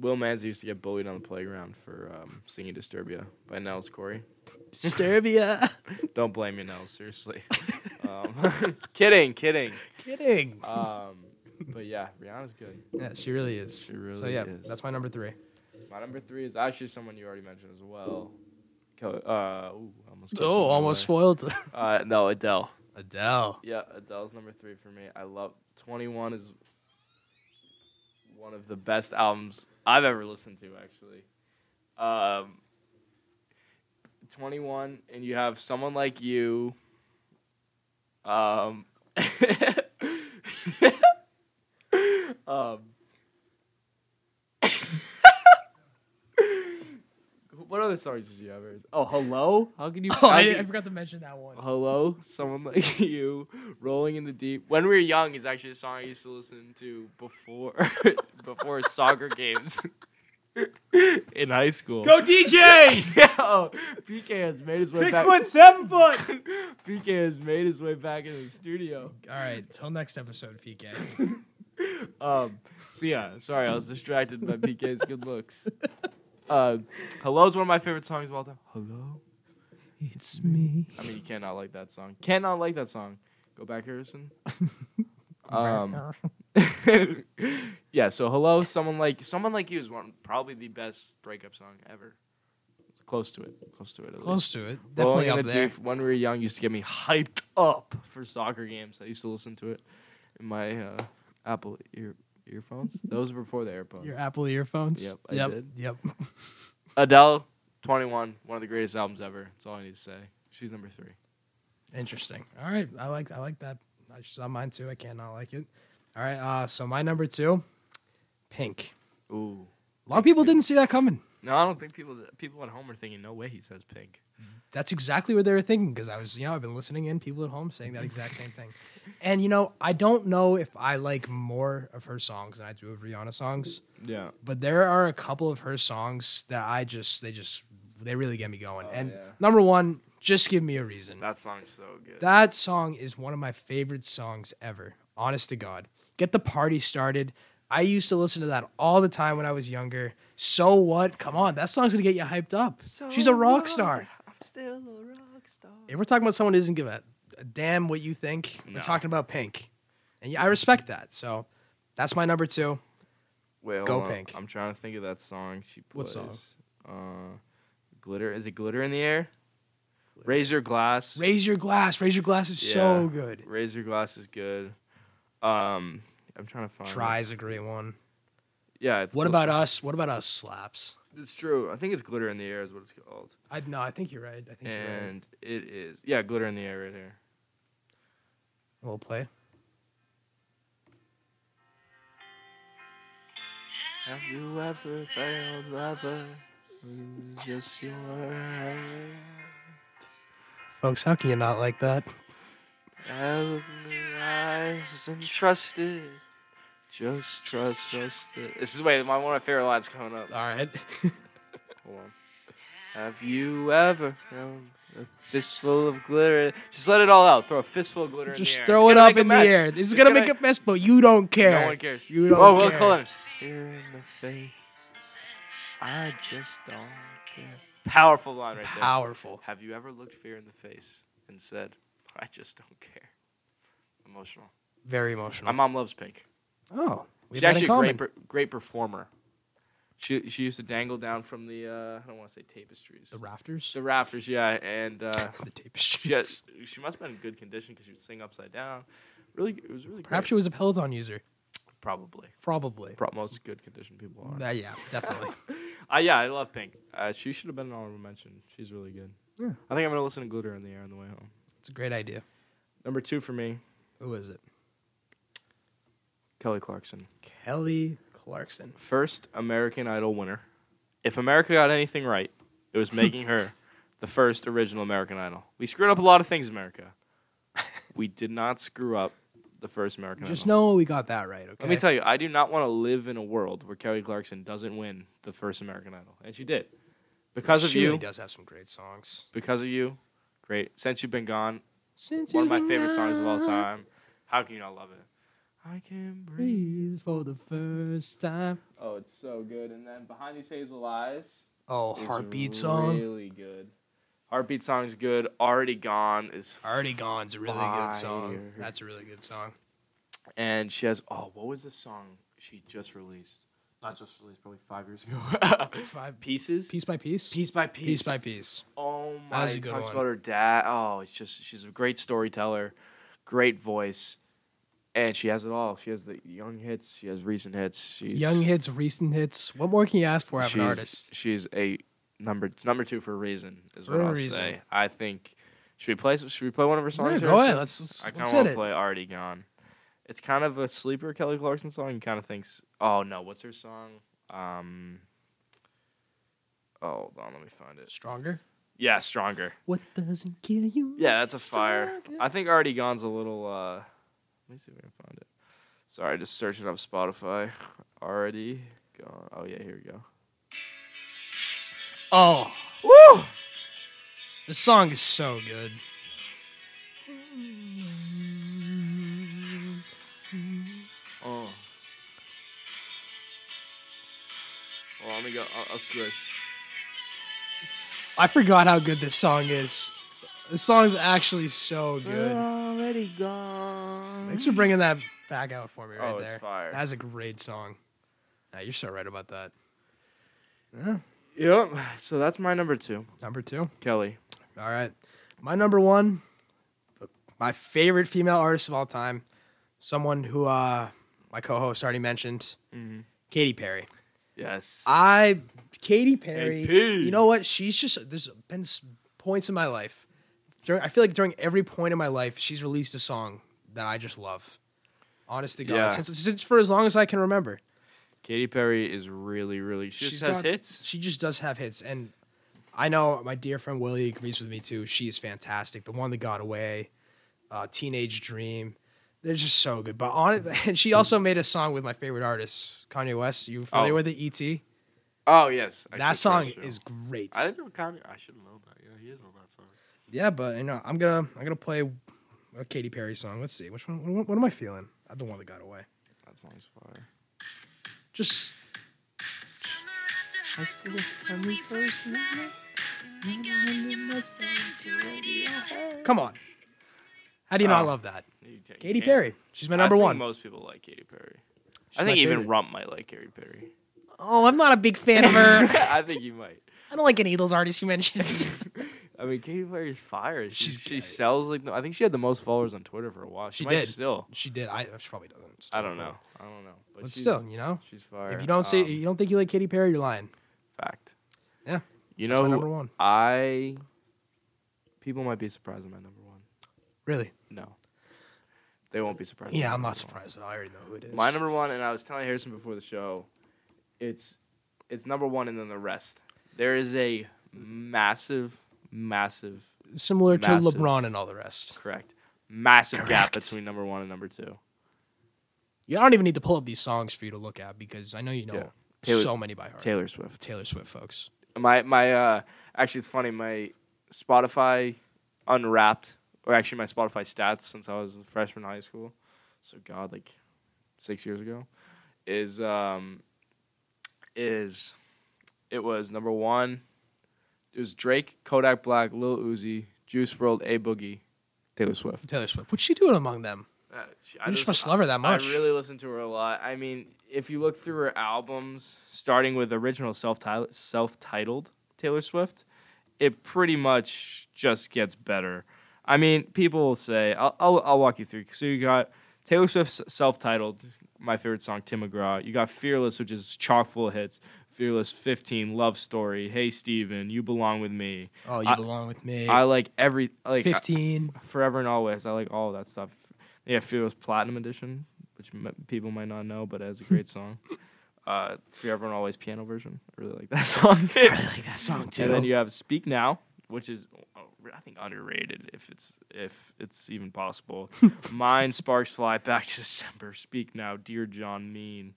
S2: Will Manzi used to get bullied on the playground for um, singing Disturbia by Nels Corey.
S1: Disturbia.
S2: Don't blame me, Nels. Seriously. Um, kidding, kidding.
S1: Kidding.
S2: Um, but yeah, Rihanna's good.
S1: Yeah, she really is.
S2: She really
S1: so yeah,
S2: is.
S1: that's my number three.
S2: My number three is actually someone you already mentioned as well. Co- Uh, ooh, almost. got
S1: Oh,
S2: someone
S1: almost
S2: away.
S1: spoiled.
S2: Uh, no, Adele.
S1: Adele.
S2: Yeah, Adele's number three for me. I love 21 is one of the best albums I've ever listened to, actually. Um, 21, and you have someone like you. Um, um, what other songs did you have? Oh, hello. How can you?
S1: Oh,
S2: how
S1: I
S2: can-
S1: didn't- forgot to mention that one.
S2: Hello, someone like you, rolling in the deep. When we were young is actually a song I used to listen to before before soccer games in high school.
S3: Go DJ!
S2: Yo, PK has made his way
S3: Six
S2: back.
S3: foot, seven foot.
S2: PK has made his way back in the studio.
S1: All right, till next episode, PK.
S2: Um, so yeah, sorry, I was distracted by PK's good looks. Uh, Hello is one of my favorite songs of all time. Hello.
S1: it's me.
S2: I mean, you cannot like that song. Cannot like that song. Go back, Harrison. Um, yeah, so hello, someone like someone like you is one probably the best breakup song ever. It's close to it. Close to it. at least.
S1: Close to it. Definitely
S2: Rolling in
S1: up
S2: the
S1: there.
S2: Deep, when we were young, used to get me hyped up for soccer games. I used to listen to it in my uh, Apple ear earphones. Those were before the AirPods.
S1: Your Apple earphones.
S2: Yep, I
S1: yep.
S2: did.
S1: Yep.
S2: Adele, Twenty One, one of the greatest albums ever. That's all I need to say. She's number three.
S1: Interesting. All right, I like I like that. I just on mine too. I cannot like it. All right. Uh, so my number two, Pink.
S2: Ooh.
S1: A lot of people
S2: Pink's good.
S1: didn't see that coming.
S2: No, I don't think people people at home are thinking. No way, he says pink.
S1: That's exactly what they were thinking because I was, you know, I've been listening in people at home saying that exact same thing. And, you know, I don't know if I like more of her songs than I do of Rihanna songs,
S2: Yeah.
S1: but there are a couple of her songs that I just, they just, they really get me going.
S2: Oh,
S1: and
S2: yeah.
S1: number one, Just Give Me a Reason.
S2: That song's so good.
S1: That song is one of my favorite songs ever. Honest to God. Get the party started. I used to listen to that all the time when I was younger. So what? Come on, that song's gonna get you hyped up. She's a rock star.
S2: I'm still a rock star.
S1: If we're talking about someone who doesn't give a, a damn what you think,
S2: No.
S1: we're talking about Pink, and yeah, I respect that. So that's my number two.
S2: Wait,
S1: Go
S2: hold on.
S1: Pink.
S2: I'm trying to think of that song she plays.
S1: What song?
S2: Uh, glitter. Is it glitter in the air? Razor glass.
S1: Raise your glass. Raise your glass is
S2: Yeah.
S1: so good.
S2: Razor glass is good. Um, I'm trying to find. it.
S1: Try is a great one.
S2: Yeah. It's
S1: What
S2: Gl-
S1: about us? What about us? Slaps.
S2: It's true. I think it's glitter in the air is what it's called.
S1: I no. I think you're right. I think you're right.
S2: And it is. Yeah, glitter in the air right here.
S1: We'll play.
S2: Have you ever failed lover? Just your
S1: Folks, how can you not like that?
S2: Open your eyes and trust it. Just trust, trust it. This is wait, my one of my favorite lines coming up.
S1: All right.
S2: Hold on. Have you ever thrown a fistful of glitter? Just let it all out. Throw a fistful of glitter
S1: Just
S2: in the air. It's
S1: throw it
S2: gonna
S1: up
S2: make a
S1: in the
S2: mess.
S1: air. It's, gonna, make a mess, but you don't care.
S2: No one cares.
S1: You don't
S2: oh, Will
S1: care.
S2: Cullen. Here in the face. I just don't care. Powerful line right there.
S1: Powerful.
S2: Have you ever looked fear in the face and said, I just don't care? Emotional.
S1: Very emotional.
S2: My mom loves pink.
S1: oh, we
S2: She's
S1: have that in
S2: actually a great,
S1: common.
S2: per- great performer. She she used to dangle down from the uh, I don't want to say tapestries,
S1: The rafters.
S2: the rafters, yeah, and uh,
S1: The tapestries.
S2: she had, she must have been in good condition because she would sing upside down. Really, it was really
S1: Perhaps she
S2: great.
S1: was a Peloton user.
S2: probably
S1: Probably.
S2: Pro- most good condition people are.
S1: Uh, yeah, definitely.
S2: Uh, yeah, I love Pink. Uh, she should have been an honorable mention. She's really good.
S1: Yeah.
S2: I think I'm gonna listen to Glitter in the Air on the way home.
S1: it's a great idea.
S2: Number two for me,
S1: Who is it?
S2: Kelly Clarkson.
S1: Kelly Clarkson.
S2: first American Idol winner. If America got anything right, it was making her the first original American Idol. We screwed up a lot of things, America. We did not screw up the first American
S1: Just
S2: Idol.
S1: know we got that right, okay?
S2: Let me tell you, I do not want to live in a world where Kelly Clarkson doesn't win the first American Idol, and she did because of
S1: she really
S2: you.
S1: does have some great songs.
S2: Because of you, great. Since you've been gone,
S1: Since
S2: one of
S1: you've
S2: my
S1: been
S2: favorite songs of all
S1: gone,
S2: time. How can you not love it? I can breathe.
S1: Breathe for the first time.
S2: Oh, it's so good. And then behind these hazel eyes.
S1: Oh,
S2: is
S1: heartbeat song.
S2: Really good. Heartbeat song's good. Already Gone is
S1: Already Gone's a really good song.
S2: Fire.
S1: That's a really good song.
S2: and she has oh what was the song she just released? Not just released, probably five years ago.
S1: Five
S2: Pieces.
S1: piece by piece.
S2: Piece by piece.
S1: Piece by piece.
S2: Oh my!
S1: That was a
S2: She
S1: good
S2: talks
S1: one.
S2: about her dad. Oh, it's just she's a great storyteller, great voice, and she has it all. She has the young hits. She has recent hits. She's,
S1: Young hits, recent hits. What more can you ask for out of
S2: she's,
S1: an artist?
S2: She's a number number two for a reason. Is
S1: For
S2: what
S1: a
S2: I'll
S1: reason.
S2: say. I think should we play? Should we play one of her
S1: Yeah,
S2: songs?
S1: go
S2: here?
S1: ahead. Let's let's,
S2: I kind
S1: let's
S2: of
S1: hit
S2: want
S1: it.
S2: to play "Already Gone." It's kind of a sleeper Kelly Clarkson song. You kind of thinks, oh no, what's her song? Um, oh, hold on, let me find it.
S1: Stronger.
S2: Yeah, stronger.
S1: What doesn't kill you?
S2: Yeah,
S1: makes
S2: that's a
S1: you
S2: fire.
S1: stronger.
S2: I think already gone's a little. uh Let me see if I can find it. Sorry, I just searched it up Spotify. Already gone. Oh yeah, here we go.
S1: Oh,
S2: Woo!
S1: the song is so good.
S2: Oh. Well, let me go. I'll, I'll screw it.
S1: I forgot how good this song is. This song is actually so good.
S2: Already gone.
S1: Thanks for bringing that back out for me right
S2: Oh, it's
S1: there.
S2: fire.
S1: That's a great song. Nah, you're so right about that.
S2: Yep. So that's my number two,
S1: Number two.
S2: Kelly.
S1: All right. My number one, my favorite female artist of all time, someone who uh, my co host already mentioned,
S2: Mhm.
S1: Katy Perry.
S2: Yes.
S1: I, Katy Perry,
S2: KP.
S1: you know what? She's just, there's been s- points in my life. During, I feel like during every point in my life, she's released a song that I just love. Honest to God.
S2: Yeah.
S1: Since, since for as long as I can remember.
S2: Katy Perry is really, really. She
S1: She's
S2: just has
S1: got-
S2: hits.
S1: She just does have hits, and I know my dear friend Willie agrees with me too. She is fantastic. The one that got away, uh, Teenage Dream, they're just so good. But on it, and she also made a song with my favorite artist, Kanye West. You familiar
S2: Oh.
S1: with it? E.T.
S2: Oh yes. I
S1: That
S2: should
S1: song
S2: trust you.
S1: is great.
S4: I didn't know Kanye. I should have known that. Yeah, he is on that song.
S1: yeah, but you know, I'm gonna I'm gonna play a Katy Perry song. Let's see which one. What, what am I feeling? Uh, The one that got away.
S2: That song's fire.
S1: Just
S5: Summer after high school when we first met. You make out in your Mustang to Radiohead.
S1: come on. How do you not
S2: Oh.
S1: love that?
S2: You can't- you
S1: Katy
S2: can't-
S1: Perry. She's my
S2: I
S1: number
S2: think
S1: one.
S2: Most people like Katy Perry.
S1: She's
S2: I
S1: my
S2: think even
S1: favorite.
S2: Rump might like Katy Perry.
S1: Oh, I'm not a big fan of her.
S2: I think you might.
S1: I don't like any of those artists you mentioned.
S2: I mean, Katy Perry's fire. She,
S1: She's
S2: she
S1: great.
S2: sells like no- I think she had the most followers on Twitter for a while. She,
S1: She
S2: might
S1: did.
S2: still.
S1: she did. I she probably doesn't. still,
S2: I don't know. I don't know. But,
S1: But,
S2: she's,
S1: still, you know,
S2: she's fire.
S1: if you don't see,
S2: Um,
S1: you don't think you like Katy Perry, you're lying.
S2: fact.
S1: Yeah,
S2: You
S1: That's
S2: know,
S1: my
S2: who
S1: number one.
S2: I. People might be surprised at my number one.
S1: Really?
S2: No, they won't be surprised. at
S1: Yeah,
S2: my
S1: I'm not
S2: number one.
S1: surprised at all. I already know who it is.
S2: My number one, and I was telling Harrison before the show, it's it's number one, and then the rest. There is a massive, massive,
S1: similar
S2: Massive.
S1: to LeBron and all the rest.
S2: correct, massive gap
S1: Correct.
S2: between number one and number two.
S1: Yeah, I don't even need to pull up these songs for you to look at because I know you know
S2: Yeah. Taylor-
S1: so many by heart. Taylor,
S2: Taylor Swift.
S1: Swift, folks.
S2: My my uh, actually, it's funny. My Spotify Unwrapped, or actually my Spotify stats since I was a freshman in high school, so God, like six years ago, is um, is it was number one. It was Drake, Kodak Black, Lil Uzi, Juice World, A Boogie, Taylor Swift.
S1: Taylor Swift. What's she doing among them?
S2: Uh, she-
S1: You just must love her that much.
S2: I really listen to her a lot. I mean, if you look through her albums, starting with original self-titled, self-titled Taylor Swift, it pretty much just gets better. I mean, people will say, I'll, I'll, I'll walk you through. So you got Taylor Swift's self-titled, my favorite song, Tim McGraw. You got Fearless, which is chock full of hits. Fearless 15, Love Story, Hey Steven, You Belong With Me.
S1: Oh, you
S2: I-
S1: belong with me.
S2: I like uh, every, like, I-
S1: Fifteen.
S2: Forever and Always. I like all that stuff. Yeah, Fearless Platinum Edition, which m- people might not know, but it has a great song. Uh, Forever and Always piano version. I really like that song.
S1: I like that song too.
S2: and then you have Speak Now, which is uh, I think underrated if it's if it's even possible. Mine, Sparks Fly, Back to December, Speak Now, Dear John, Mean,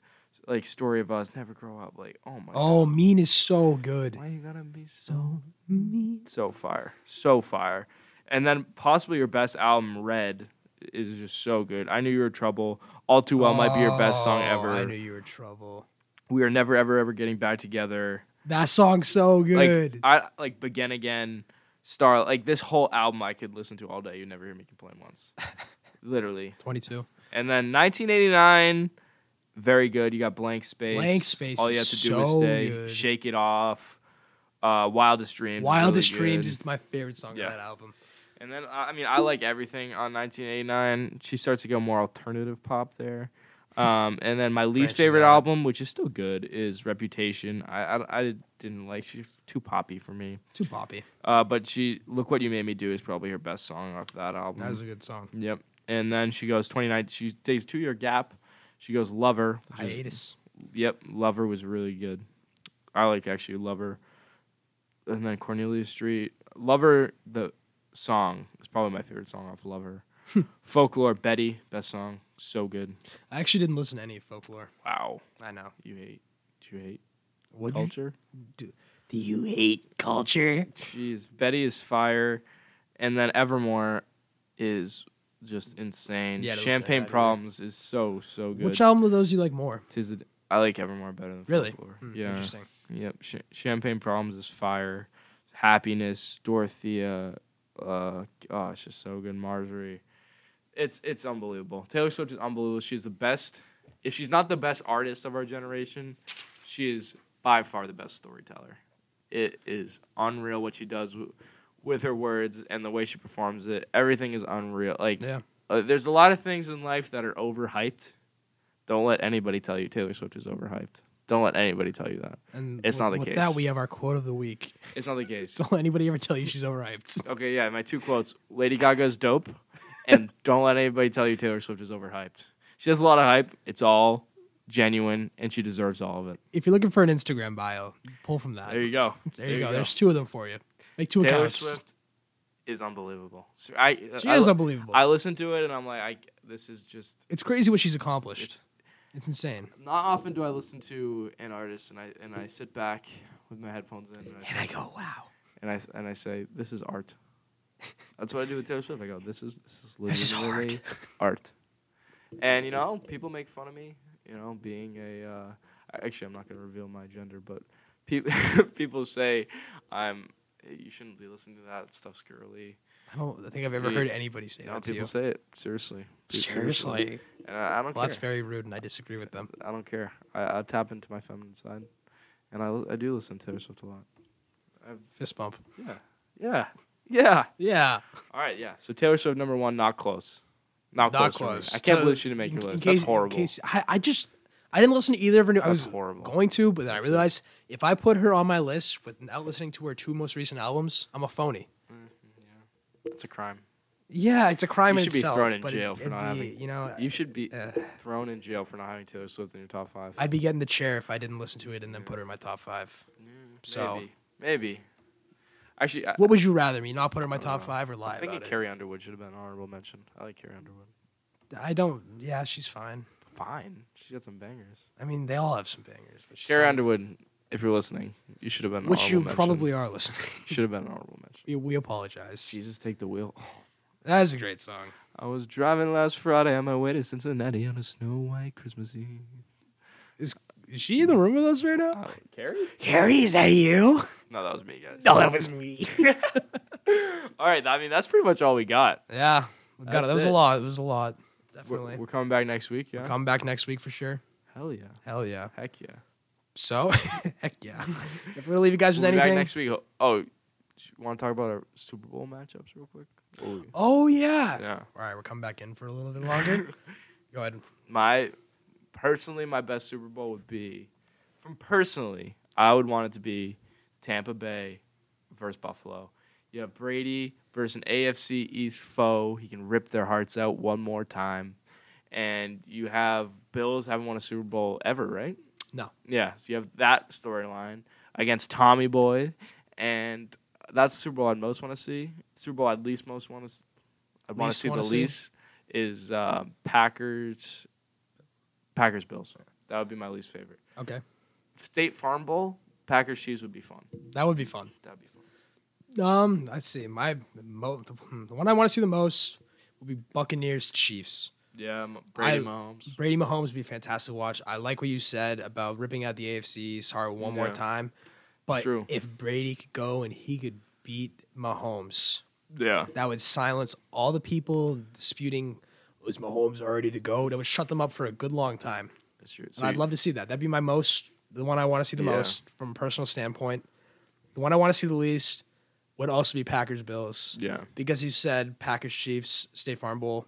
S2: like Story of Us, Never Grow Up. Like oh my.
S1: oh, Mean is so good.
S2: Why you gotta be so
S1: So mean.
S2: so fire, so fire. And then possibly your best album, Red, is just so good. I knew you were trouble. All too well might be your best song
S1: Oh,
S2: ever.
S1: I knew you were trouble.
S2: We are never ever ever getting back together.
S1: That song's so good.
S2: Like I like begin again. Star, like this whole album I could listen to all day. You'd never hear me complain once. Literally.
S1: 22.
S2: And then 1989, very good. You got Blank Space.
S1: Blank Space
S2: All you have
S1: is
S2: to do is
S1: so
S2: stay.
S1: good.
S2: Shake It Off. Uh, Wildest Dreams. is
S1: Wildest
S2: really
S1: Dreams
S2: good.
S1: is my favorite song
S2: Yeah.
S1: on that album.
S2: And then I I mean I like everything on 1989. She starts to go more alternative pop there. Um, and then my
S1: Branches
S2: least favorite
S1: out.
S2: album, which is still good, is Reputation. I I, I didn't like she's too poppy for me.
S1: Too poppy.
S2: Uh, but she Look What You Made Me Do is probably her best song off that album.
S1: That was a good song.
S2: yep. And then she goes 29. She takes two year gap. She goes Lover. which is-
S1: Hiatus.
S2: Yep, Lover was really good. I like actually Lover. And then Cornelia Street. Lover, the song, is probably my favorite song off Lover.
S1: Hmm.
S2: Folklore, Betty, best song. So good.
S1: I actually didn't listen to any of folklore.
S2: Wow.
S1: I know.
S2: You hate. Do you hate
S1: Would you?
S2: culture?
S1: Do you hate culture?
S2: Jeez. Betty is fire. And then Evermore is just insane.
S1: Yeah, I don't listen to
S2: Champagne
S1: that either.
S2: Problems is so, so good.
S1: Which album of those you like more?
S2: Tis the, I like Evermore better than
S1: Really?
S2: Folklore.
S1: Hmm,
S2: yeah.
S1: Interesting.
S2: Yep. Sh- Champagne Problems is fire. Happiness, Dorothea. Uh, oh, it's just so good. Marjorie. It's it's unbelievable. Taylor Swift is unbelievable. She's the best. If she's not the best artist of our generation, she is by far the best storyteller. It is unreal what she does w- with her words and the way she performs it. Everything is unreal. Like,
S1: Yeah.
S2: uh, there's a lot of things in life that are overhyped. Don't let anybody tell you Taylor Swift is overhyped. Don't let anybody tell you that.
S1: And
S2: It's
S1: with,
S2: not the
S1: with
S2: case.
S1: that, we have our quote of the week.
S2: It's not the case.
S1: Don't let anybody ever tell you she's overhyped.
S2: Okay, yeah, my two quotes: Lady Gaga's dope, and don't let anybody tell you Taylor Swift is overhyped. She has a lot of hype. It's all genuine, and she deserves all of it.
S1: If you're looking for an Instagram bio, pull from that.
S2: There you go.
S1: Uh, There you go. There's two of them for you. Make two
S2: Taylor
S1: accounts.
S2: Swift is unbelievable. So I, uh,
S1: She
S2: I,
S1: is
S2: I,
S1: unbelievable.
S2: I listen to it, and I'm like, I this is just
S1: it's crazy what she's accomplished. It's insane.
S2: not often do I listen to an artist, and I and I sit back with my headphones in, and I
S1: And I go, wow.
S2: and I and I say, "This is art." That's what I do with Taylor Swift. I go, "This is this is
S1: This is
S2: literally art." And you know, people make fun of me. You know, being a uh, I- actually, I'm not gonna reveal my gender, but people people say I'm. "Hey, You shouldn't be listening to that stuff's girly.
S1: I don't think I've ever
S2: Dude,
S1: heard anybody say
S2: You know,
S1: that to
S2: people
S1: you.
S2: say it seriously. Pe- and I, I don't
S1: Well, that's
S2: care.
S1: very rude, and I disagree with them.
S2: I don't care. I, I tap into my feminine side, and I l- I do listen to Taylor Swift a lot.
S1: Fist bump.
S2: Yeah, yeah.
S1: Yeah.
S2: All right, yeah. So Taylor Swift number one, not close, not,
S1: Not
S2: close. for me.
S1: close.
S2: I can't
S1: To-
S2: believe she didn't make
S1: in-
S2: your
S1: in
S2: list.
S1: case-
S2: That's horrible.
S1: In case, I, I just I didn't listen to either of her. New, I
S2: That's
S1: was
S2: horrible.
S1: going to, but then I realized if I put her on my list without listening to her two most recent albums, I'm a phony.
S2: It's a crime.
S1: Yeah, it's a crime
S2: You
S1: in
S2: should be
S1: itself.
S2: thrown in
S1: but
S2: jail
S1: it,
S2: for
S1: it'd
S2: not
S1: be,
S2: having-
S1: You know,
S2: You should be
S1: uh,
S2: thrown in jail for not having Taylor Swift in your top five.
S1: I'd be getting the chair if I didn't listen to it and then put her in my top five. so-
S2: Mm, maybe, maybe. Actually, I,
S1: What would you rather me not put her in my
S2: don't
S1: top
S2: know.
S1: five or
S2: I
S1: lie
S2: think
S1: about it?
S2: Carrie Underwood should have been an honorable mention. I like Carrie Underwood.
S1: I don't. Yeah, she's fine.
S2: Fine, she got some bangers.
S1: I mean, they all have some bangers. But she's
S2: Carrie
S1: not-
S2: Underwood, if you're listening, you should have been. An
S1: which
S2: honorable
S1: you
S2: mention.
S1: probably are listening.
S2: should have been an honorable mention.
S1: we, we apologize.
S2: Jesus, take the wheel.
S1: That is a great song.
S2: I was driving last Friday on my way to Cincinnati on a snow white Christmas Eve.
S1: Is she in the room with us right
S2: Oh.
S1: now?
S2: Carrie?
S1: Carrie, is that you?
S2: No, that was me, guys.
S1: No, that was me.
S2: All right, I mean that's pretty much all we got.
S1: yeah, we got it. That
S2: That's
S1: was
S2: it.
S1: a lot. It was a lot.
S2: We're,
S1: Definitely.
S2: we're coming back next week, yeah.
S1: Come back next week for sure.
S2: Hell yeah,
S1: Hell yeah.
S2: heck yeah.
S1: So, heck yeah. If we're gonna leave you guys with
S2: We'll be back
S1: anything,
S2: next week. Oh, want to talk about our Super Bowl matchups real quick? Oh,
S1: oh yeah.
S2: yeah.
S1: All right, we're coming back in for a little bit longer. Go ahead.
S2: My personally, my best Super Bowl would be from personally. I would want it to be Tampa Bay versus Buffalo. You have Brady versus an AFC East foe. He can rip their hearts out one more time. And you have Bills haven't won a Super Bowl ever, right?
S1: No.
S2: Yeah. So you have that storyline against Tommy Boy, and that's the Super Bowl I'd most want to see. Super Bowl I'd least most want to. I want to
S1: Least
S2: see the
S1: wanna see?
S2: least is uh, Packers. Packers Bills. That would be my least favorite.
S1: Okay,
S2: State Farm Bowl. Packers Chiefs would be fun.
S1: that would be fun.
S2: That'd be fun.
S1: Um, let's see. My mo- the one I want to see the most would be Buccaneers Chiefs.
S2: Yeah,
S1: Brady I-
S2: Brady Mahomes.
S1: Brady Mahomes would be fantastic to watch. I like what you said about ripping out the AFC's heart one more
S2: Yeah.
S1: time. But
S2: true.
S1: if Brady could go and he could beat Mahomes,
S2: Yeah.
S1: that would silence all the people disputing was Mahomes already the goat. That would shut them up for a good long time.
S2: That's true.
S1: And I'd love to see that. That'd be my most, the one I want to see the
S2: Yeah.
S1: most from a personal standpoint. The one I want to see the least would also be Packers Bills.
S2: Yeah.
S1: Because you said Packers Chiefs, State Farm Bowl.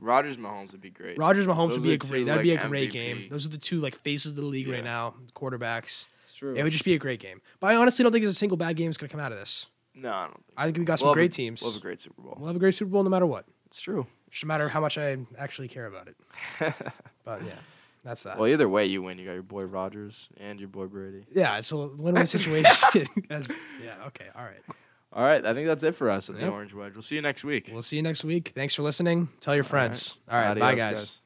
S2: Rogers Mahomes would be great.
S1: Rogers Mahomes
S2: Those
S1: would be
S2: are
S1: a
S2: the
S1: great.
S2: two,
S1: That'd be
S2: like,
S1: a great
S2: MVP.
S1: game. Those are the two like faces of the league
S2: Yeah.
S1: right now. Quarterbacks.
S2: It's true.
S1: It would just be a great game. But I honestly don't think there's a single bad game that's gonna come out of this.
S2: no, I don't think.
S1: I think we got some
S2: We'll have
S1: great
S2: a-
S1: teams.
S2: We'll have a great Super Bowl.
S1: We'll have a great Super Bowl no matter what.
S2: It's true.
S1: Just no matter how much I actually care about it. but yeah, that's that.
S2: Well, either way, you win. You got your boy Rogers and your boy Brady.
S1: yeah, it's a win-win situation. That's- yeah. Okay. All right.
S2: All right, I think that's it for us at the
S1: Yep.
S2: Orange Wedge. We'll see you next week.
S1: We'll see you next week. Thanks for listening. Tell your friends. All right. bye,
S2: Adios,
S1: guys.
S2: guys.